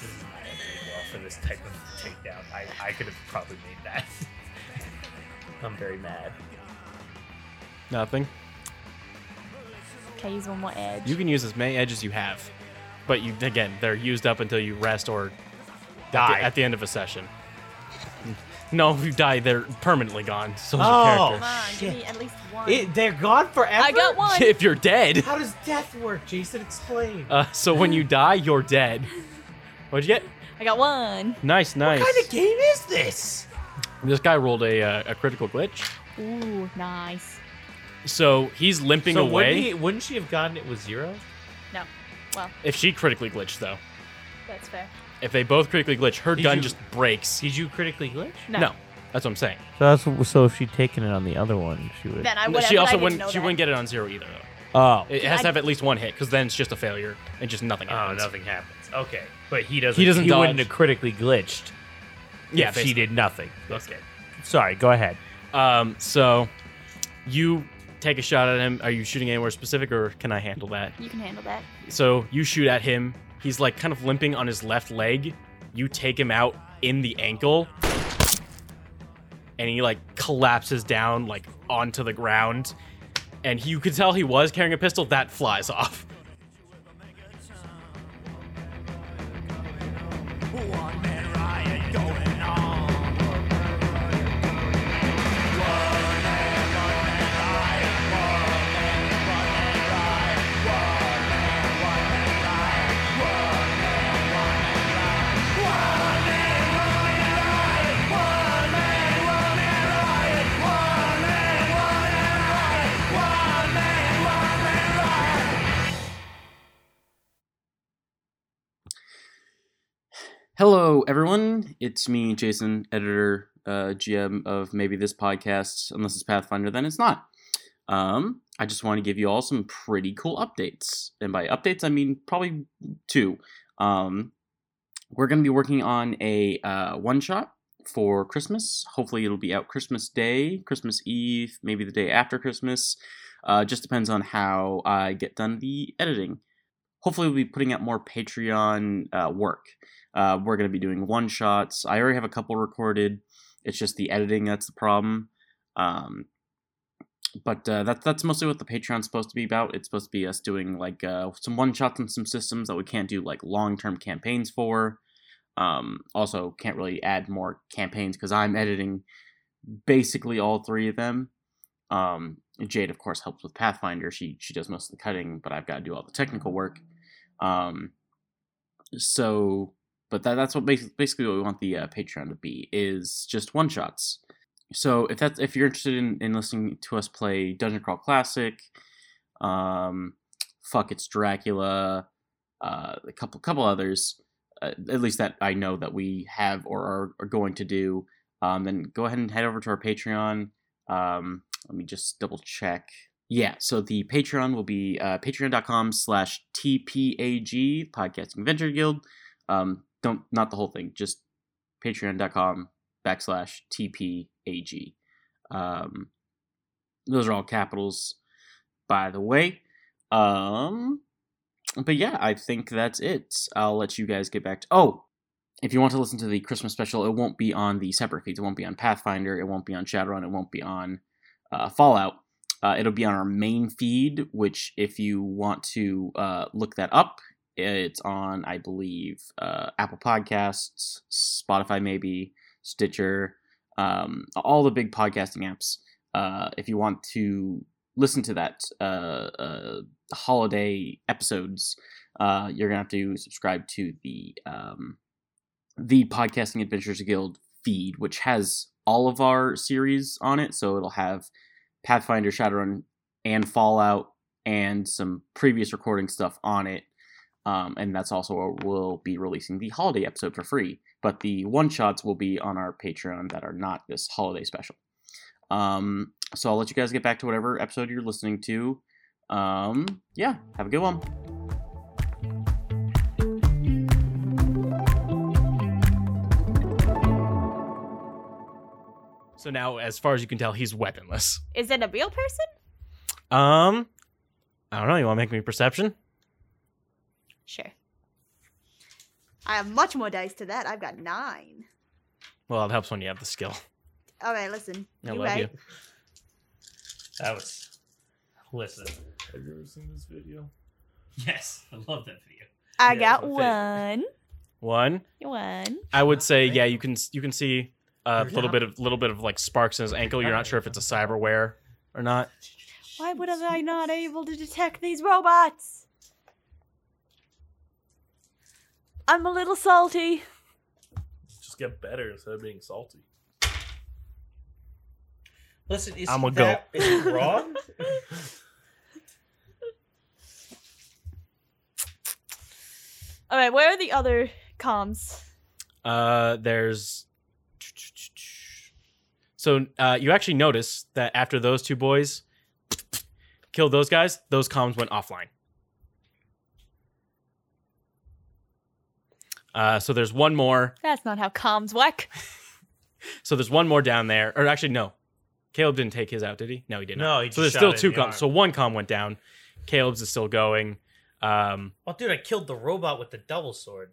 A: this is not ending well for this type of takedown. I I could have probably made that. I'm very mad.
B: Nothing.
E: Okay, use one more edge.
B: You can use as many edges you have, but you again, they're used up until you rest or die at the, at the end of a session. No, if you die, they're permanently gone. So is your
A: Oh.
B: character.
E: Come on, give me at least one.
A: they're gone forever.
E: I got one.
B: if you're dead.
A: How does death work, Jason? Explain.
B: Uh, so when you die, you're dead. What'd you get?
E: I got one.
B: Nice, nice.
A: game is this?
B: this guy rolled a, uh, a critical glitch.
E: Ooh, nice.
B: So he's limping
A: so
B: away.
A: Wouldn't, he- wouldn't she have gotten it with zero?
E: No, well,
B: If she critically glitched, though,
E: that's fair.
B: if they both critically glitch, her
A: Did
B: gun
A: you-
B: just breaks.
A: Did you critically glitch?
E: No.
B: that's what I'm saying.
G: So that's w- so if she'd taken it on the other one, she would.
E: Then I
B: No,
E: would.
B: she
E: have, but
B: also
E: I didn't
B: wouldn't.
E: know
B: She
E: that.
B: wouldn't get it on zero either, though.
G: Oh,
B: It
E: Yeah,
B: has to
E: I-
B: have at least one hit, because then it's just a failure and just nothing
A: Oh,
B: happens.
A: nothing happens. Okay, but he doesn't.
B: He doesn't
G: he
B: dodge.
G: wouldn't have critically glitched.
B: Yeah,
G: if she
B: basically.
G: did nothing.
A: Okay.
G: Sorry, go ahead.
B: Um, so you take a shot at him. Are you shooting anywhere specific, or can I handle that?
E: You can handle that.
B: So you shoot at him. He's like kind of limping on his left leg. You take him out in the ankle. And he like collapses down like onto the ground. And he, you could tell he was carrying a pistol. That flies off.
H: Hello, everyone. It's me, Jason, editor, uh, GM of maybe this podcast. Unless it's Pathfinder, then it's not. Um, I just want to give you all some pretty cool updates. And by updates, I mean probably two. Um, we're going to be working on a uh, one shot for Christmas. Hopefully, it'll be out Christmas Day, Christmas Eve, maybe the day after Christmas. Uh, just depends on how I get done the editing. Hopefully, we'll be putting out more Patreon uh, work. Uh, we're going to be doing one shots. I already have a couple recorded. It's just the editing that's the problem. Um, but uh, that's that's mostly what the Patreon's supposed to be about. It's supposed to be us doing like uh, some one shots and some systems that we can't do like long term campaigns for. Um, also, can't really add more campaigns because I'm editing basically all three of them. Um, Jade, of course, helps with Pathfinder. She she does most of the cutting, but I've got to do all the technical work. Um, so, but that, that's what bas- basically what we want the uh, Patreon to be is just one shots so if that's if you're interested in, in listening to us play Dungeon Crawl Classic, um, fuck it's Dracula, uh, a couple couple others, uh, at least that I know that we have or are, are going to do, um, then go ahead and head over to our Patreon. Um, let me just double check. Yeah, so the Patreon will be uh, patreon.com slash TPAG, Podcasting Venture Guild. Um, don't, not the whole thing, just patreon.com backslash TPAG. Um, those are all capitals, by the way. Um, but yeah, I think that's it. I'll let you guys get back to. Oh, if you want to listen to the Christmas special, it won't be on the separate feeds. It won't be on Pathfinder. It won't be on Shadowrun. It won't be on uh, Fallout. Uh, it'll be on our main feed, which if you want to uh, look that up, it's on, I believe, uh, Apple Podcasts, Spotify, maybe. Stitcher, um, all the big podcasting apps. Uh, if you want to listen to that uh, uh, holiday episodes, uh, you're gonna have to subscribe to the um, the Podcasting Adventures Guild feed, which has all of our series on it. So it'll have Pathfinder, Shadowrun, and Fallout, and some previous recording stuff on it. Um, and that's also where we'll be releasing the holiday episode for free. But the one shots will be on our Patreon that are not this holiday special. Um, so I'll let you guys get back to whatever episode you're listening to. Um, yeah, have a good one.
B: So now, as far as you can tell, he's weaponless.
E: Is it a real person?
B: Um, I don't know. You want to make me perception?
E: Sure. I have much more dice to that. I've got nine.
B: Well, it helps when you have the skill.
E: All right, listen.
B: I
E: you
B: love
E: right.
B: you.
A: That was listen.
C: Have you ever seen this video?
A: Yes, I love that video.
E: I
A: Yeah,
E: got
A: that's
E: one.
B: One,
E: One.
B: I would say, yeah, you can you can see uh, a
A: There's
B: little
A: not-
B: bit of little bit of like sparks in his ankle. You're not sure if it's a cyberware or not.
E: Why would I not able to detect these robots? I'm a little salty.
C: Just get better instead of being salty.
F: Listen, is
B: I'ma
F: I'm
B: go.
F: that is he wrong?
E: All right, where are the other comms?
B: Uh, there's so uh, you actually notice that after those two boys killed those guys, those comms went offline. Uh, so there's one more.
E: That's not how comms work.
B: So there's one more down there, or actually no, Caleb didn't take his out, did he? No, he didn't.
A: No, he just
B: so there's
A: shot
B: still
A: it in
B: two
A: the
B: comms.
A: arm.
B: So one comm went down. Caleb's is still going. Um,
A: Oh, dude, I killed the robot with the double sword.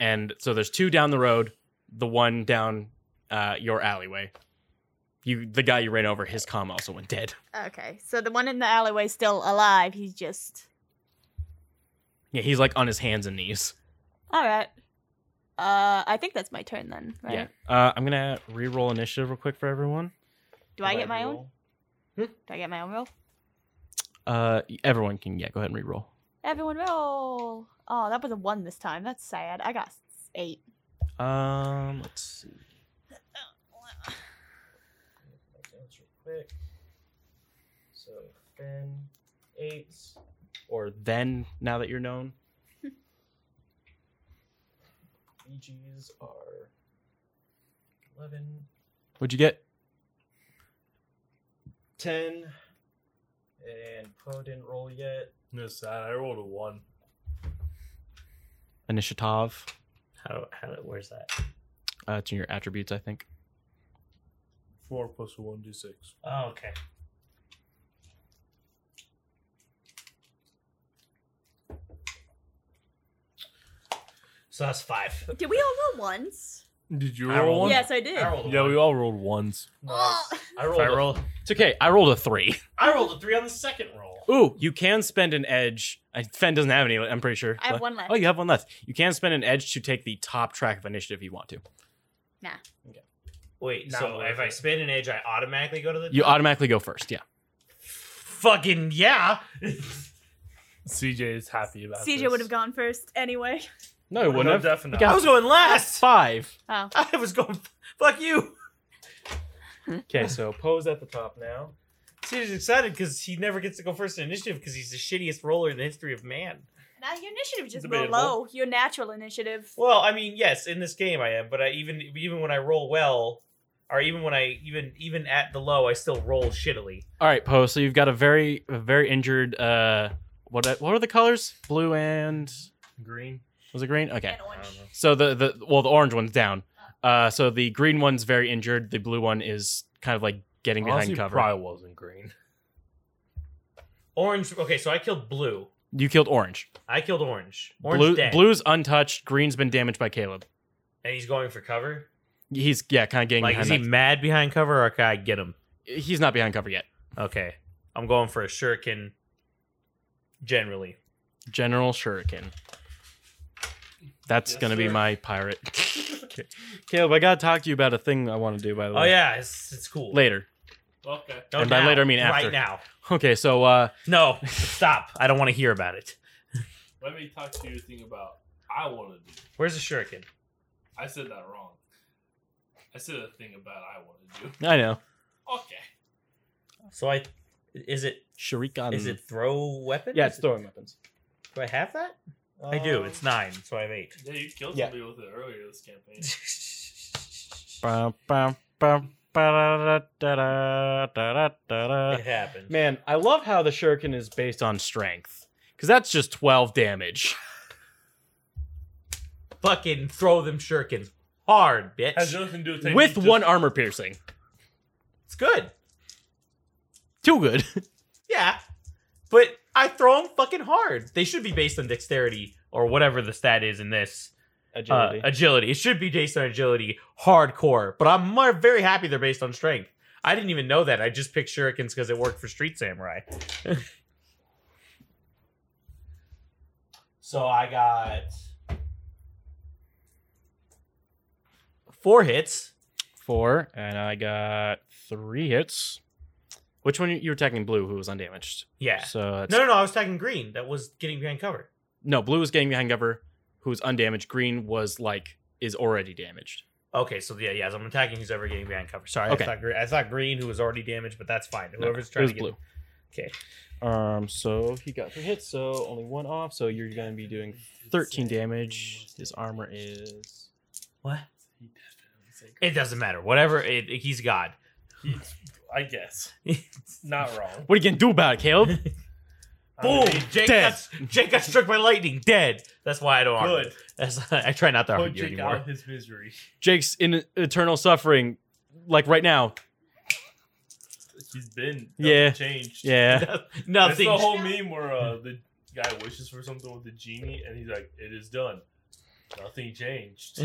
B: and so there's two down the road. The one down uh, your alleyway. You, the guy you ran over, his comm also went dead.
E: Okay, so the one in the alleyway's still alive. He's just
B: Yeah, he's like on his hands and knees.
E: all right. Uh, I think that's my turn then, right?
B: Yeah. Uh, I'm gonna re-roll initiative real quick for everyone.
E: Do I get my own? Hmm?
F: Roll.
E: Do I get my own roll?
B: Uh, everyone can yeah, go ahead and re-roll.
E: Everyone roll. Oh, that was a one this time. That's sad. I got s- eight.
B: Um, let's see.
F: That's real quick. So Finn, eight.
B: Or then, now that you're known.
F: BGs are eleven.
B: What'd you get?
F: 10 and poe didn't roll yet
C: No, it's sad. I rolled a one.
B: Initiative.
A: How how where's that?
B: Uh, it's in your attributes, I think.
C: Four plus a one, do six.
A: Oh, okay. So that's five.
E: Did we all roll ones?
C: Did you
A: I rolled
C: roll one?
A: Yeah.
E: Yes, I did.
A: I rolled a
C: Yeah,
A: one.
C: we all rolled ones.
F: Nice.
A: I rolled.
C: I rolled
B: It's okay. I rolled a three.
A: I rolled a three on the second roll.
B: Ooh, you can spend an edge. I- Fen doesn't have any. I'm pretty sure.
E: I have
B: Left.
E: one left.
B: Oh, you have one left. You can spend an edge to take the top track of initiative if you want to.
A: Wait,
C: Not
A: so
C: worth
A: if I
C: it.
A: spin an edge, I automatically go to the.
B: You automatically go first. Yeah.
A: fucking yeah.
C: CJ is happy about
E: CJ would have gone first anyway.
B: No, it
C: No,
B: wouldn't have.
C: definitely.
A: I was going last.
B: Five.
E: Oh.
A: I was going. Fuck you.
B: Okay, so
C: Pose at the top now.
A: CJ's excited because he never gets to go first in initiative because he's the shittiest roller in the history of man.
E: Now your initiative just roll
C: Debatable.
E: low. Your natural initiative.
A: Well, I mean, yes, in this game I am, but I even even when I roll well, or even when I even even at the low, I still roll shittily.
B: all right, Poe. So you've got a very, a very injured. Uh, what what are the colors? Blue and
C: Green.
B: was it green? Okay.
E: And orange.
B: So the the well, the orange one's down. Uh, so the green one's very injured. The blue one is kind of like getting behind
C: Honestly,
B: cover.
C: probably wasn't green.
A: Orange. Okay, so I killed blue.
B: You killed orange.
A: I killed orange. Orange
B: blue,
A: dead,
B: blue's untouched. Green's been damaged by Caleb.
A: and he's going for cover.
B: He's yeah, kind of getting
A: Like, is
B: behind.
A: he mad behind cover, or can I get him?
B: that- He's not behind cover yet.
A: Okay, I'm going for a shuriken. Generally,
B: General Shuriken. That's
C: Yes,
B: gonna be
C: sir.
B: my pirate. Okay. Caleb, I gotta talk to you about a thing I want to do. By the way,
A: oh yeah, it's, it's cool.
B: later.
C: Okay.
A: No,
B: and by
A: now.
B: later, I mean after.
A: Right now.
B: Okay, so uh,
A: No, stop. I don't want to hear about it.
C: Let me talk to you a thing about I want to do.
A: Where's the shuriken?
C: I said that wrong. I said a thing about I want to do.
B: I know
C: Okay.
A: So I, is it
B: Shuriken.
A: is it throw weapon?
B: Yeah, it's throwing weapons.
A: Do I have that? I do.
C: Um,
A: It's nine, so I have eight.
C: Yeah, you killed
B: Yeah.
C: somebody with it earlier this campaign.
B: Ba, ba, ba, ba, da, da, da, da, da, da.
A: it happened.
B: Man, I love how the shuriken is based on strength because that's just twelve damage.
A: Fucking throw them shurikens hard, bitch.
C: Has nothing to do with taking-
B: with
C: just-
B: one armor piercing.
A: it's good.
B: Too good.
A: Yeah, but I throw them fucking hard. They should be based on dexterity or whatever the stat is in this agility. Uh, agility. It should be based on agility, hardcore. But I'm mar- very happy they're based on strength. I didn't even know that. I just picked shurikens because it worked for Street Samurai. so I got four hits.
B: Four, and I got three hits. Which one you, you were attacking? Blue, who was undamaged.
A: Yeah.
B: So that's,
A: No, no, no. I was tagging green. That was getting behind cover.
B: no, blue was getting behind cover. Who was undamaged? Green was like is already damaged.
A: Okay, so yeah, yeah, so I'm attacking who's ever getting behind cover. Sorry,
B: Okay.
A: I, thought, gre- I thought green, who was already damaged, but that's fine.
B: No,
A: Whoever's
B: it
A: trying
B: was
A: to get
B: blue.
A: Okay.
B: Um, so he got three hits, so only one off. So you're gonna be doing 13 damage. His armor is
A: what? It doesn't matter. Whatever, it, it- he's God.
C: I guess. Not wrong.
B: What are you gonna do about it, Caleb?
A: Boom!
C: I mean,
A: Jake
B: dead.
A: got Jake got struck by lightning, dead. That's why I don't argue.
C: Good.
A: That's, I try not to
C: Put
A: argue
C: Jake
A: anymore.
C: out of his misery.
B: Jake's in eternal suffering, like right now.
C: He's been. nothing
B: Yeah.
C: Changed.
B: Yeah.
C: That's the
A: Nothing.
C: whole meme where uh, the guy wishes for something with the genie, and he's like, "It is done. Nothing changed."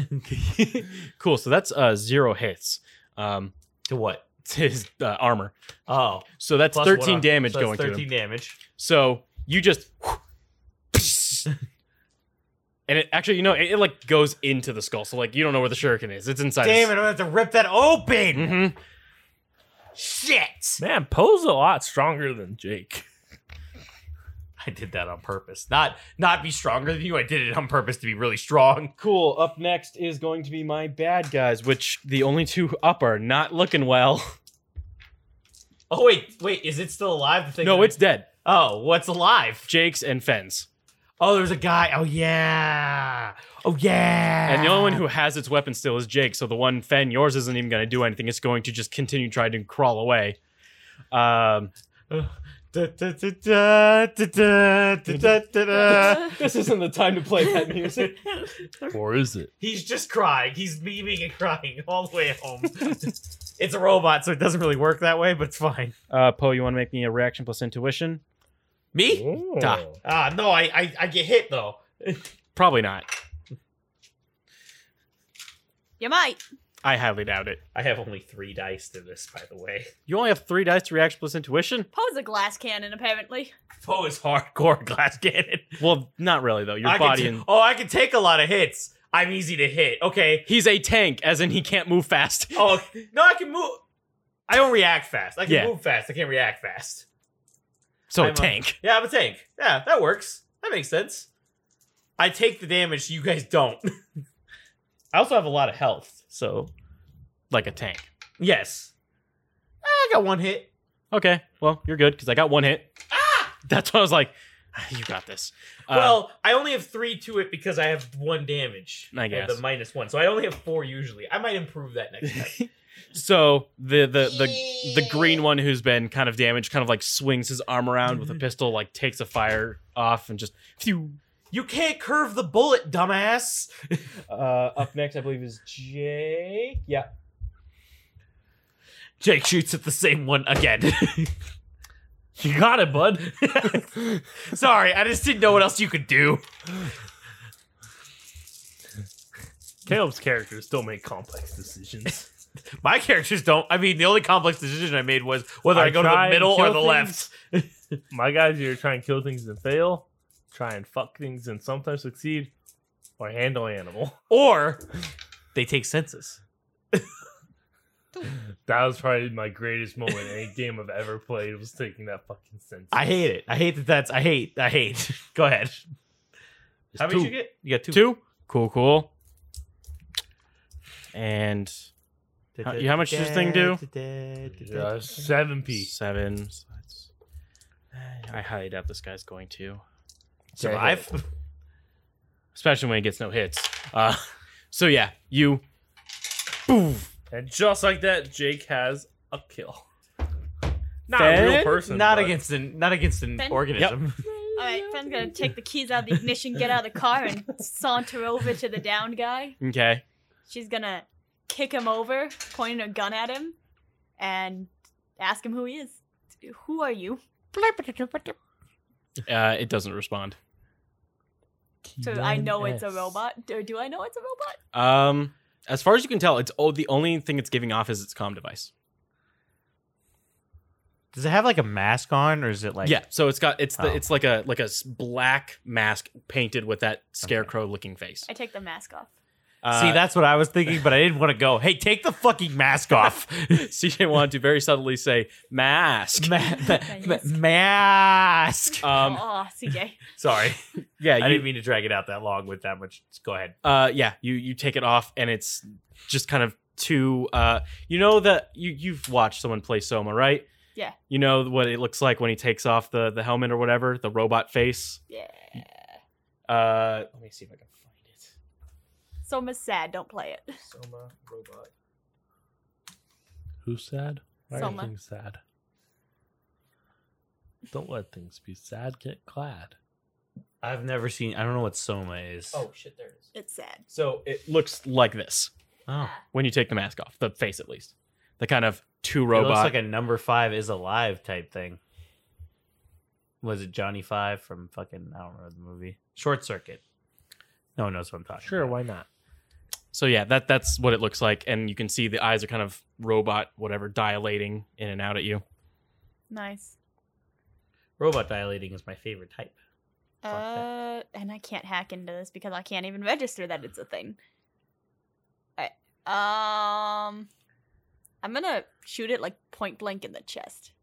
B: cool. So that's uh zero hits. Um,
A: to what?
B: to his uh, armor.
A: Oh,
B: So that's
A: plus
B: 13
A: one on-
B: damage
A: so that's
B: going to him.
A: Thirteen damage.
B: So you just. And it actually, you know, it, it, like goes into the skull, so like you don't know where the shuriken is. It's inside.
A: Damn it! I'm gonna have to rip that open.
B: hmm
A: Shit!
C: Man, Poe's a lot stronger than Jake.
A: I did that on purpose. Not not be stronger than you. I did it on purpose to be really strong.
B: Cool. Up next is going to be my bad guys, which the only two up are not looking well.
A: Oh wait, wait, is it still alive? The thing
B: no,
A: that-
B: it's dead.
A: oh, what's alive?
B: Jake's and Fen's.
A: Oh, there's a guy. Oh yeah. Oh yeah.
B: And the only one who has its weapon still is Jake. So the one Fen, yours isn't even going to do anything. It's going to just continue trying to crawl away. Um, this isn't the time to play that music.
C: Or is it?
A: He's just crying. He's memeing and crying all the way home. it's a robot, so it doesn't really work that way, but it's fine.
B: Uh, Poe, you want to make me a reaction plus intuition?
A: Me? Ah, no, I, I I get hit though.
B: Probably not.
E: You might.
B: I highly doubt it.
A: I have only three dice to this, by the way.
B: You only have three dice to reaction plus intuition.
E: Poe's a glass cannon, apparently.
A: Poe is Oh, hardcore glass cannon.
B: Well, not really though. Your
A: I can
B: body
A: ta-
B: and
A: oh, I can take a lot of hits. I'm easy to hit. Okay.
B: he's a tank, as in he can't move fast.
A: Oh no, I can move. I don't react fast. I can
B: Yeah.
A: move fast. I can't react fast.
B: so
A: I'm a-
B: tank.
A: Yeah, I'm a tank. Yeah, that works. That makes sense. I take the damage. You guys don't. I also have a lot of health, so
B: like a tank.
A: yes. Eh, I got one hit.
B: Okay, well you're good because I got one hit. That's why I was like, "Ah, you got this. Uh,
A: well, I only have three to it because I have one damage.
B: I
A: or
B: guess.
A: the minus one, so I only have four usually. I might improve that next time.
B: so the the the the green one who's been kind of damaged, kind of like swings his arm around with a pistol, like takes a fire off and just Mm-hmm. phew.
A: You can't curve the bullet, dumbass.
B: Uh, up next, I believe is Jake. Yeah.
A: Jake shoots at the same one again. you got it, bud. Sorry, I just didn't know what else you could do.
C: Caleb's characters still make complex decisions.
A: My characters don't. I mean, the only complex decision I made was whether I,
C: I
A: go to
C: try
A: the
C: and
A: middle or the
C: kill
A: left.
C: My guys either try and kill things and fail, try and fuck things and sometimes succeed, or handle animal.
A: Or they take senses.
C: That was probably my greatest moment in any game I've ever played was taking that fucking sense.
A: I hate it. I hate that that's. I hate. I hate. go ahead. How many
B: two.
A: did you get? You got two.
B: Two. Cool, cool. And How- you- how much does this thing do?
C: Yeah, seven P.
B: seven. So that's, I highly doubt this guy's going to,
A: Survive?
B: especially when he gets no hits. Uh, so yeah, you. Boom.
C: And just like that, Jake has a kill. Not a real
B: Fed?
C: person.
A: Not
C: but
A: against an. Not against an
E: Ben?
A: organism.
E: All right, Fenn's gonna take the keys out of the ignition, get out of the car, and saunter over to the downed guy.
B: Okay.
E: She's gonna kick him over, point her gun at him, and ask him who he is. Who are you?
B: Uh, it doesn't respond.
E: So I know it's a robot. Or do I know it's a robot?
B: Um, as far as you can tell, it's oh, the only thing it's giving off is its comm device.
G: Does it have like a mask on, or is it like
B: yeah. So it's got it's the
G: Oh.
B: it's like a like a s- black mask painted with that scarecrow looking face.
E: I take the mask off.
B: Uh,
G: See, that's what I was thinking, but I didn't want to go. Hey, take the fucking mask off.
B: CJ wanted to very subtly say mask.
G: ma- ma- ma- mask.
B: um,
E: oh, CJ.
A: Sorry.
B: yeah,
A: I
B: you,
A: didn't mean to drag it out that long with that much. Go ahead.
B: uh, yeah, you you take it off, and it's just kind of too. Uh, you know that you you've watched someone play Soma, right?
E: Yeah.
B: You know what it looks like when he takes off the the helmet or whatever, the robot face.
E: Yeah.
B: Uh, let me see if I can find it.
E: Soma's sad. Don't play it.
C: Soma robot. Who's sad? Why
E: Soma.
C: are things sad? Don't let things be sad. Get glad.
A: I've never seen. I don't know what Soma is.
F: Oh shit, there it is.
E: It's sad.
B: So it looks like this
A: Oh.
B: when you take the mask off, the face at least, the kind of two
A: It looks
B: robot.
A: like a number five is alive type thing. Was it Johnny Five from fucking I don't remember the movie Short Circuit? No one knows what I'm talking.
C: Sure,
A: about.
C: why not?
B: so yeah, that that's what it looks like, and you can see the eyes are kind of robot, whatever, dilating in and out at you.
E: Nice.
A: Robot dilating is my favorite type. Fuck
E: Uh, and I can't hack into this because I can't even register that it's a thing. I, um, I'm gonna shoot it like point blank in the chest.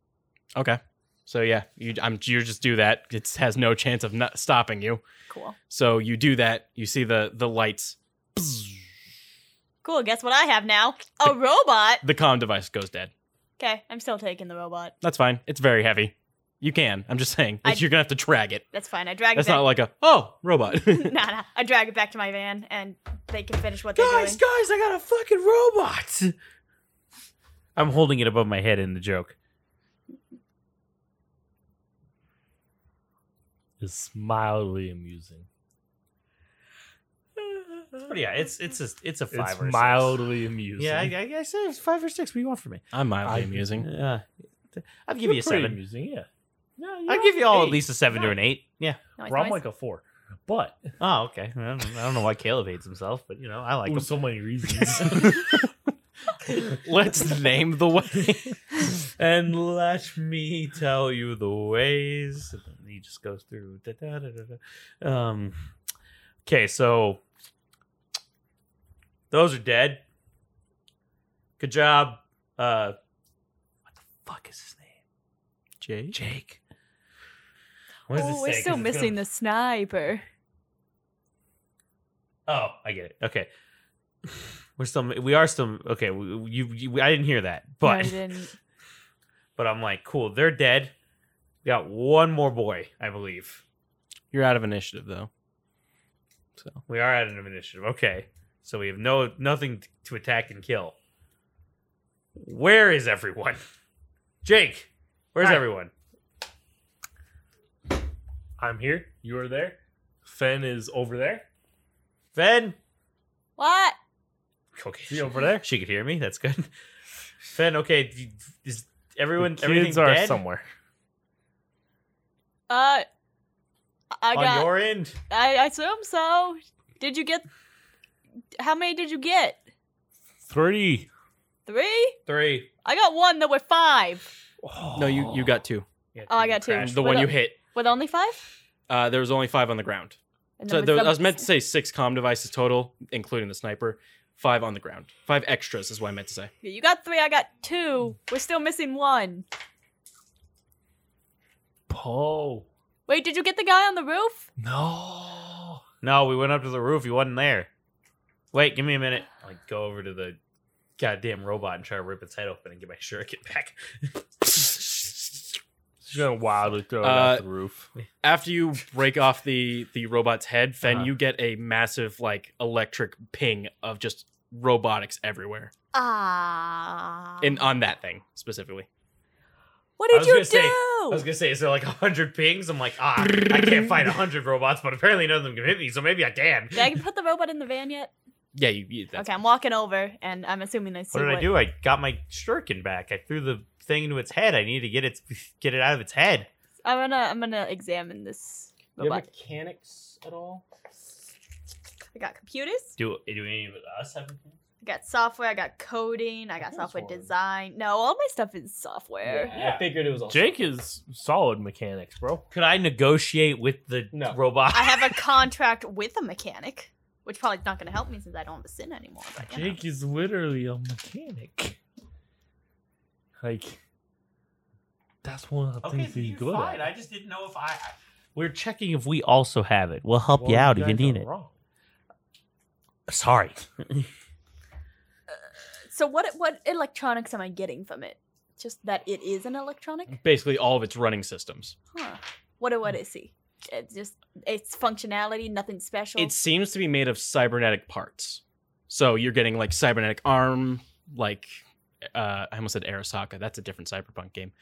B: Okay. So yeah, you I'm you just do that. It has no chance of not stopping you.
E: Cool.
B: So you do that. You see the the lights.
E: Cool. Guess what I have now? A robot.
B: The comm device goes dead.
E: Okay, I'm still taking the robot.
B: That's fine. It's very heavy. You can. I'm just saying.
E: I-
B: It's- you're gonna have to drag it.
E: That's fine. I drag
B: That's
E: it back.
B: not like a oh robot.
E: nah, nah. I drag it back to my van, and they can finish what they're
A: Guys,
E: doing.
A: guys, I got a fucking robot. I'm holding it above my head in the joke.
C: It's mildly amusing.
A: But yeah, it's it's a it's a five
C: it's
A: or
C: mildly
A: Six.
C: amusing.
A: Yeah, I, I, I said it's five or six. What do you want from me?
B: I'm mildly
C: I-
B: amusing.
A: Yeah, I'll give you a
C: They're pretty
A: seven.
C: Amusing, yeah. No, you
A: I'll
C: know,
A: give you all at
C: eight.
A: least a seven to an eight. Yeah.
E: Noise,
C: Well, I'm
E: noise.
C: like a four, but
A: Oh, okay. I don't, I don't know why Caleb hates himself, but you know, I like
C: Ooh,
A: him.
C: so many reasons.
B: Let's name the way.
A: and let me tell you the ways. And then he just goes through. Da, da, da, da, da. Um, okay, so those are dead. Good job. Uh, what the fuck is his name?
B: Jake.
A: Jake. What does it
E: Oh,
A: say? 'Cause
E: we're still
A: it's gonna-
E: missing the sniper.
A: Oh, I get it. Okay. We're still, we are still, okay. We, you, you, I didn't hear that,
E: No,
A: but
E: we didn't.
A: but I'm like, cool, they're dead. We got one more boy, I believe.
B: You're out of initiative though. So
A: We are at an initiative. Okay. So we have no nothing to attack and kill. Where is everyone? Jake, where's
C: Hi.
A: everyone?
C: I'm here. You are there. Fen is over there.
A: Fen?
E: What?
A: Okay.
C: Is he over there?
A: She could hear me. That's good. Fen, okay. d- Is everyone
C: the
A: everything's
C: kids are
A: dead?
C: somewhere.
E: Uh,
A: on
E: I got.
A: your end?
E: I, I assume so. Did you get? How many did you get?
C: Three.
E: Three.
A: Three.
E: I got one. There were five.
B: no, you you got two.
A: Yeah,
E: Oh, I got two.
A: crashed.
B: The one
E: What
B: you
E: up?
B: hit.
E: With only five.
B: Uh, there was only five on the ground.
E: And
B: So
E: then with
B: there, I
E: some-
B: was meant to say six comm devices total, including the sniper. Five on the ground. Five extras is what I meant to say.
E: You got three. I got two. We're still missing one.
C: Poe.
E: Wait, did you get the guy on the roof?
C: No.
A: No, we went up to the roof. He wasn't there. Wait, give me a minute. I like, go over to the goddamn robot and try to rip its head open and get my shuriken back.
C: She's gonna wildly throw it
B: Uh,
C: off the roof.
B: After you break off the the robot's head, Fen,
A: Uh-huh.
B: you get a massive like electric ping of just robotics everywhere,
E: Ah.
B: and on that thing specifically.
E: what
A: I
E: did
A: was
E: you
A: gonna
E: do?
A: say- I was gonna say, is there like hundred pings? I'm like, ah, I can't find hundred robots, but apparently none of them can hit me, so maybe I can.
E: did I put the robot in the van yet?
B: Yeah, you. you that's,
E: okay, I'm walking over, and I'm assuming I see
A: What did I do? I got my shuriken back. I threw the thing into its head. I need to get it get it out of its head.
E: I'm gonna I'm gonna examine this
F: Do you
E: robot.
F: have mechanics at all?
E: I got computers.
A: Do do any of us have?
E: I got software. I got coding. I
F: I
E: got
F: think
E: software
F: it's one.
E: design. No, all my stuff is software.
F: I figured it was all.
C: Jake is solid mechanics, bro.
A: Could I negotiate with the
F: No.
A: robot?
E: I have a contract with a mechanic, which probably is not going to help me since I don't have a sin anymore. But, you know.
C: Jake is literally a mechanic. Like, that's one of the
A: Okay,
C: things he's
A: you're
C: good
A: fine.
C: at.
A: I just didn't know if I. We're checking if we also have it. We'll help you
C: Well,
A: out if you
C: guys
A: need
C: are
A: it.
C: wrong.
A: Sorry.
E: So what what electronics am I getting from it? Just that it is an electronic?
B: basically all of its running systems.
E: Huh. What do what is he? It's just its functionality, nothing special.
B: It seems to be made of cybernetic parts. So you're getting like cybernetic arm, like uh, I almost said Arasaka. That's a different cyberpunk game.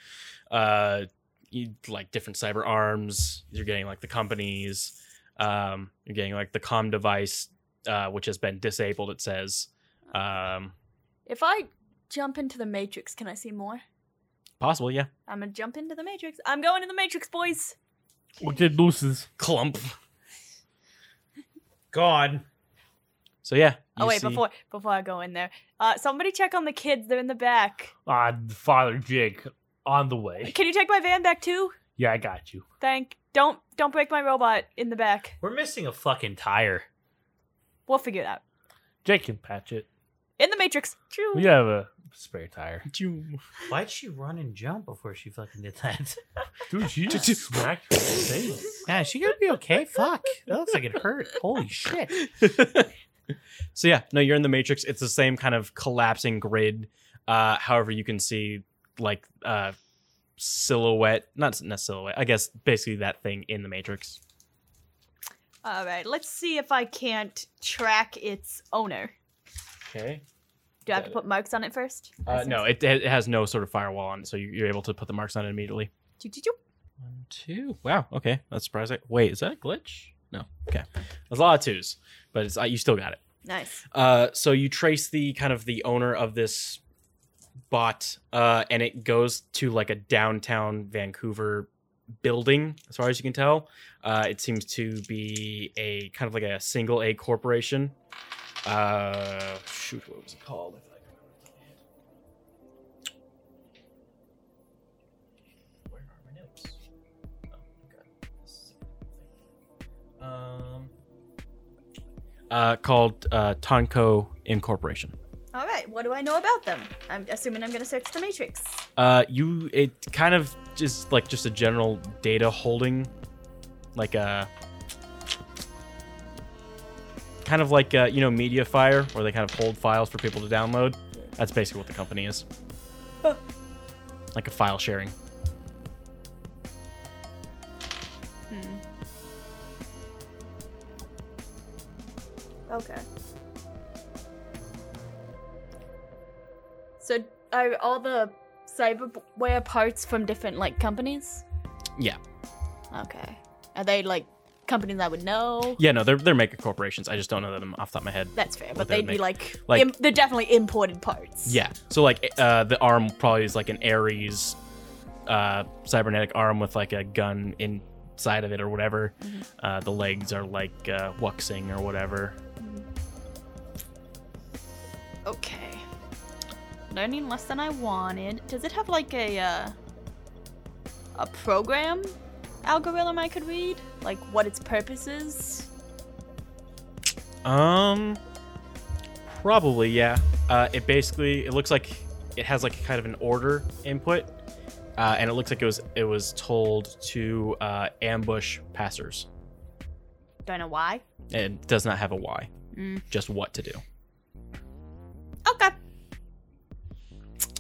B: Uh, you like different cyber arms. You're getting like the companies. Um, you're getting like the comm device, uh, which has been disabled. It says
E: Oh.
B: um,
E: if I jump into the matrix, can I see more?
B: possible. Yeah,
E: I'm gonna jump into the matrix. I'm going to the matrix, boys.
C: We did looses.
B: clump.
A: Gone.
B: So yeah.
E: Oh
B: you
E: wait,
B: see-
E: before before I go in there, uh, somebody check on the kids. They're in the back.
C: Ah, Father Jake on the way.
E: Can you take my van back too?
C: Yeah, I got you.
E: Thank. Don't don't break my robot in the back.
A: We're missing a fucking tire.
E: We'll figure it out.
C: Jake can patch it.
E: In the matrix. True.
C: We have a spare tire.
A: Why'd she run and jump before she fucking did that?
C: Dude, she just smacked her face.
A: Yeah, is she gonna be okay? Fuck. That looks like it hurt. Holy shit.
B: so yeah, no, you're in the matrix. It's the same kind of collapsing grid. Uh, however, you can see like uh, silhouette, not s- not silhouette. I guess basically that thing in the matrix.
E: All right. Let's see if I can't track its owner.
F: Okay.
E: Do I have
F: Got
E: to
F: it.
E: put marks on it first?
B: Uh, no, it, it has no sort of firewall on it, so you- you're able to put the marks on it immediately.
E: Choo, choo, choo.
B: One, two. Wow. Okay, that's surprising. Wait, is that a glitch? No. Okay, there's a lot of twos, but it's uh, you still got it.
E: Nice.
B: Uh, so you trace the kind of the owner of this bot, uh, and it goes to like a downtown Vancouver building, as far as you can tell. Uh, it seems to be a kind of like a single A corporation. Uh, shoot, what was it called? I feel like I remember Oh, uh, called uh, Tonko Incorporation.
I: All right, what do I know about them? I'm assuming I'm gonna search the matrix.
B: Uh, you it kind of just like just a general data holding, like a kind of like uh you know MediaFire, where they kind of hold files for people to download. That's basically what the company is,
I: Huh.
B: like a file sharing.
I: Okay.
E: So are all the cyberware parts from different like companies?
B: Yeah.
E: Okay. Are they like companies I would know?
B: Yeah, no, they're they're mega corporations. I just don't know them off the top of my head.
E: That's fair,
B: Well,
E: but
B: they
E: they'd be
B: make-
E: like,
B: like-
E: im- they're definitely imported parts.
B: Yeah. So like uh, the arm probably is like an Ares uh, cybernetic arm with like a gun inside of it or whatever.
E: Mhm.
B: Uh, the legs are like uh, Wuxing or whatever.
E: Okay. Learning less than I wanted. Does it have like a uh, a program algorithm I could read? Like what its purpose is?
B: Um, probably yeah. Uh, it basically it looks like it has like kind of an order input, uh, and it looks like it was it was told to uh, ambush passers.
E: Don't know why.
B: It does not have a why,
E: Mm.
B: just what to do.
E: Okay.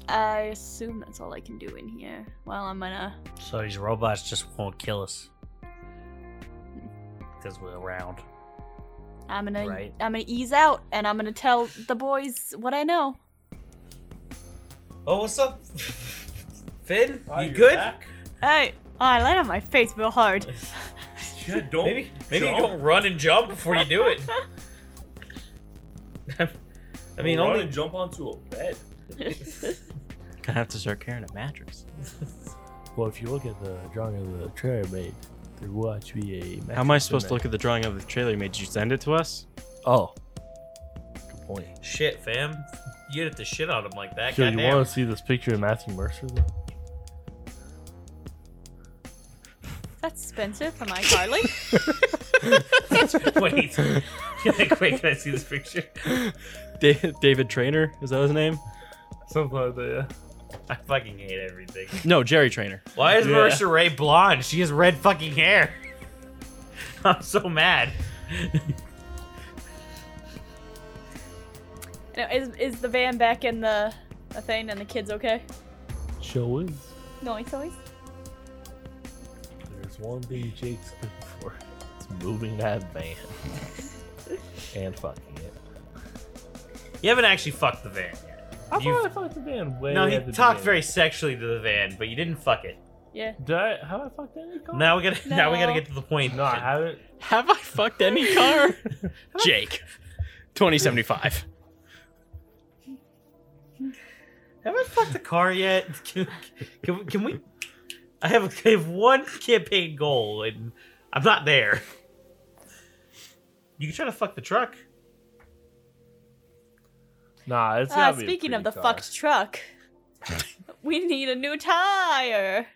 E: I assume that's all I can do in here. Well, I'm gonna.
A: So these robots just won't kill us because we're around.
E: I'm gonna.
A: Right.
E: I'm gonna ease out, and I'm gonna tell the boys what I know.
A: Oh, what's up, Finn?
F: Oh,
A: you
F: you're
A: good?
F: back?
E: Hey, oh, I landed on my face real hard.
C: Yeah, don't.
A: Maybe maybe you
C: jump.
A: don't run and jump before you do it. I mean,
C: Run
A: only
C: and jump onto a bed.
B: Gonna have to start carrying a mattress.
C: Well, if you look at the drawing of the trailer made, there will actually be a.
B: How am I supposed to look at the drawing of the trailer you made? Did you send it to us?
C: Oh, good point.
A: shit, fam. You get the shit out of him like that.
C: Yo, you
A: goddamn.
C: want to see this picture of Matthew Mercer? Though?
E: That's Spencer from iCarly.
A: Wait, like, wait, can I see this picture?
B: Da- David Trainer is that his name?
C: Something like that.
A: I fucking hate everything.
B: No, Jerry Trainer.
A: Why is
C: Yeah.
A: Marissa Ray blonde? She has red fucking hair. I'm so mad.
E: No, is is the van back in the, the thing and the kids okay?
C: Yeah. Show is.
E: Noise, noise.
C: There's one thing Jake's good for. It's moving that van and fucking it.
A: You haven't actually fucked the van yet.
C: I
A: You've-
C: thought I fucked the van way.
A: no, he
C: at the
A: talked very
C: beginning.
A: sexually to the van, but you didn't fuck it.
E: Yeah.
C: Did I? How I fucked that? car?
A: Now we gotta now we gotta
E: No.
A: get to the point.
C: No, I haven't.
B: Have I fucked any car? Jake, 2075.
A: Have I fucked the car yet? Can, can, we- can we? I have, I have one campaign goal, and I'm not there. You can try to fuck the truck.
C: Nah, it's
E: Uh,
C: gotta be a
E: speaking of the
C: pretty car.
E: fucked truck, we need a new tire.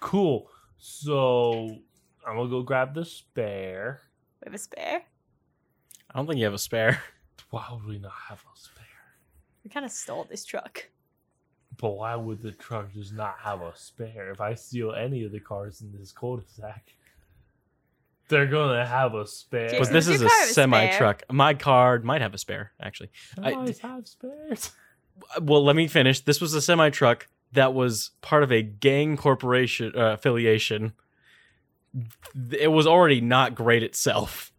C: Cool. So I'm gonna go grab the spare.
E: We have a spare.
B: I don't think you have a spare.
C: Why would we not have a spare?
E: We kind of stole this truck.
C: But why would the truck just not have a spare? If I steal any of the cars in this cul-de-sac, they're gonna have a spare.
E: Jason,
B: But this
E: does
B: is
E: your
B: a
E: car have a
B: semi truck. My car might have a spare, actually.
C: I
B: I-
C: always have spares.
B: Uh, Well, let me finish. This was a semi truck that was part of a gang corporation uh, affiliation. It was already not great itself.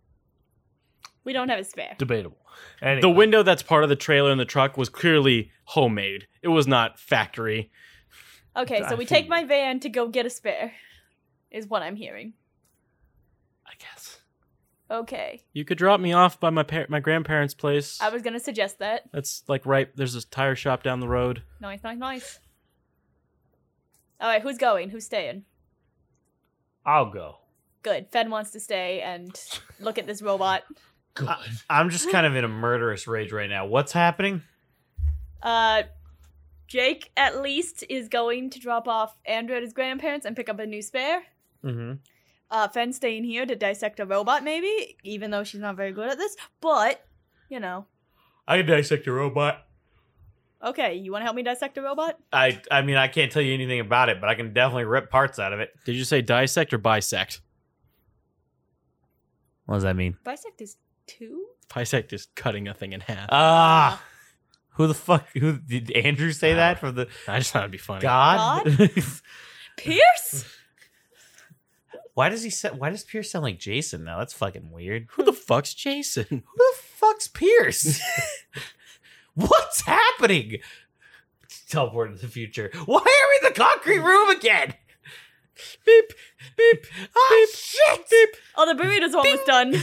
E: We don't have a spare.
C: Debatable. Anyway,
B: The window that's part of the trailer in the truck was clearly homemade. It was not factory.
E: Okay, so
C: I
E: we take
C: figured.
E: my van to go get a spare, is what I'm hearing.
C: I guess.
E: Okay,
B: You could drop me off by my par- my grandparents' place.
E: I was gonna suggest that.
B: That's like right. There's this tire shop down the road.
E: Nice, nice, nice. All right, who's going? Who's staying?
C: I'll go.
E: Good. Fen wants to stay and look at this robot.
C: Good.
A: I'm just kind of in a murderous rage right now. What's happening?
E: Uh, Jake at least is going to drop off Andrew at his grandparents and pick up a new spare.
A: Mm-hmm.
E: uh, Fen staying here to dissect a robot, maybe, even though she's not very good at this. But, you know,
A: I can dissect a robot.
E: okay, you want to help me dissect a robot?
A: I I mean I can't tell you anything about it, but I can definitely rip parts out of it.
B: Did you say dissect or bisect?
A: What does that mean?
E: Bisect is two?
B: Bisect is cutting a thing in half.
A: Ah, who the fuck? Who did Andrew say that from the
B: I just thought it'd be funny.
A: God?
E: Pierce?
A: why does he say, Why does Pierce sound like Jason now? That's fucking weird.
B: Who the fuck's Jason?
A: Who the fuck's Pierce? What's happening? Teleport into the future. Why are we in the concrete room again? Beep, beep, ah, shit, beep.
E: Oh, the burrito's almost done.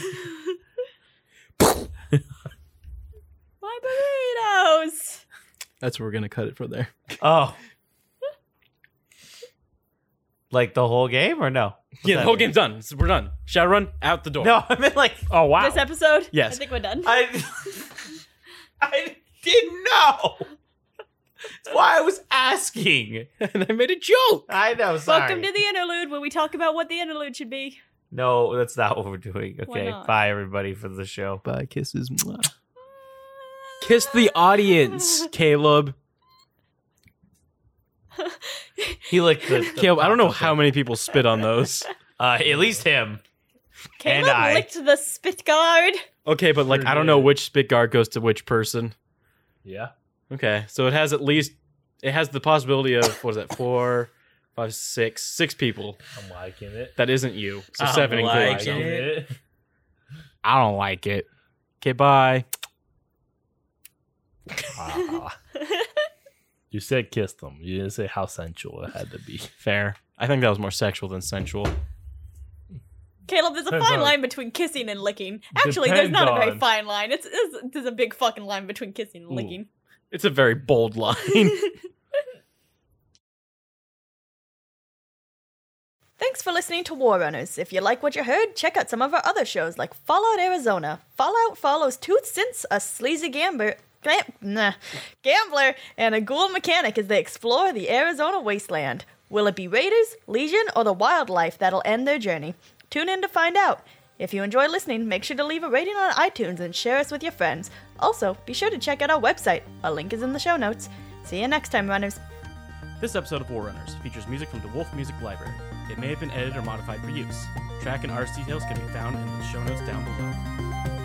E: My burritos!
B: That's where we're gonna cut it from there.
A: Oh. like the whole game or no? What's
B: yeah, the
A: that
B: whole
A: mean?
B: game's done. We're done. Shadowrun out the door.
A: No, I meant like Oh wow.
E: This episode?
B: Yes.
E: I think we're done.
A: I I didn't know. That's why I was asking.
B: and I made a joke.
A: I know, sorry.
E: Welcome to the interlude where we talk about what the interlude should be.
A: no, that's not what we're doing.
E: Why
A: Okay.
E: not?
A: Bye everybody for the show.
B: Bye, kisses. Kiss the audience, Caleb.
A: He licked the, the
B: Caleb, I don't know how many people spit on those.
A: uh at least him.
E: Caleb
A: I.
E: licked the spit guard.
B: Okay, but like
C: Sure
B: I don't know
C: did.
B: which spit guard goes to which person.
C: Yeah.
B: Okay, so it has at least it has the possibility of what is that four, five, six, six people.
C: I'm liking it.
B: That isn't you. So
A: I'm
B: seven including
A: liking
B: yourself.
C: it.
B: I don't like it. Okay, bye.
C: Ah. you said kiss them. You didn't say how sensual it had to be.
B: Fair. I think that was more sexual than sensual.
E: Caleb, there's a
C: Depends
E: fine
C: on-
E: line between kissing and licking. Actually, there's not a
C: Depends
E: very
C: on-
E: fine line. It's, it's there's a big fucking line between kissing and licking.
B: It's a very bold line.
I: Thanks for listening to War Runners. If you like what you heard, check out some of our other shows like Fallout Arizona, Fallout Follows Tooth Since, a sleazy gambler, gam- nah, gambler, and a ghoul mechanic as they explore the Arizona wasteland. Will it be raiders, legion, or the wildlife that'll end their journey? Tune in to find out. If you enjoy listening, make sure to leave a rating on iTunes and share us with your friends. Also, be sure to check out our website. A link is in the show notes. See you next time, runners.
B: This episode of Warrunners features music from the Wolf Music Library. It may have been edited or modified for use. Track and artist details can be found in the show notes down below.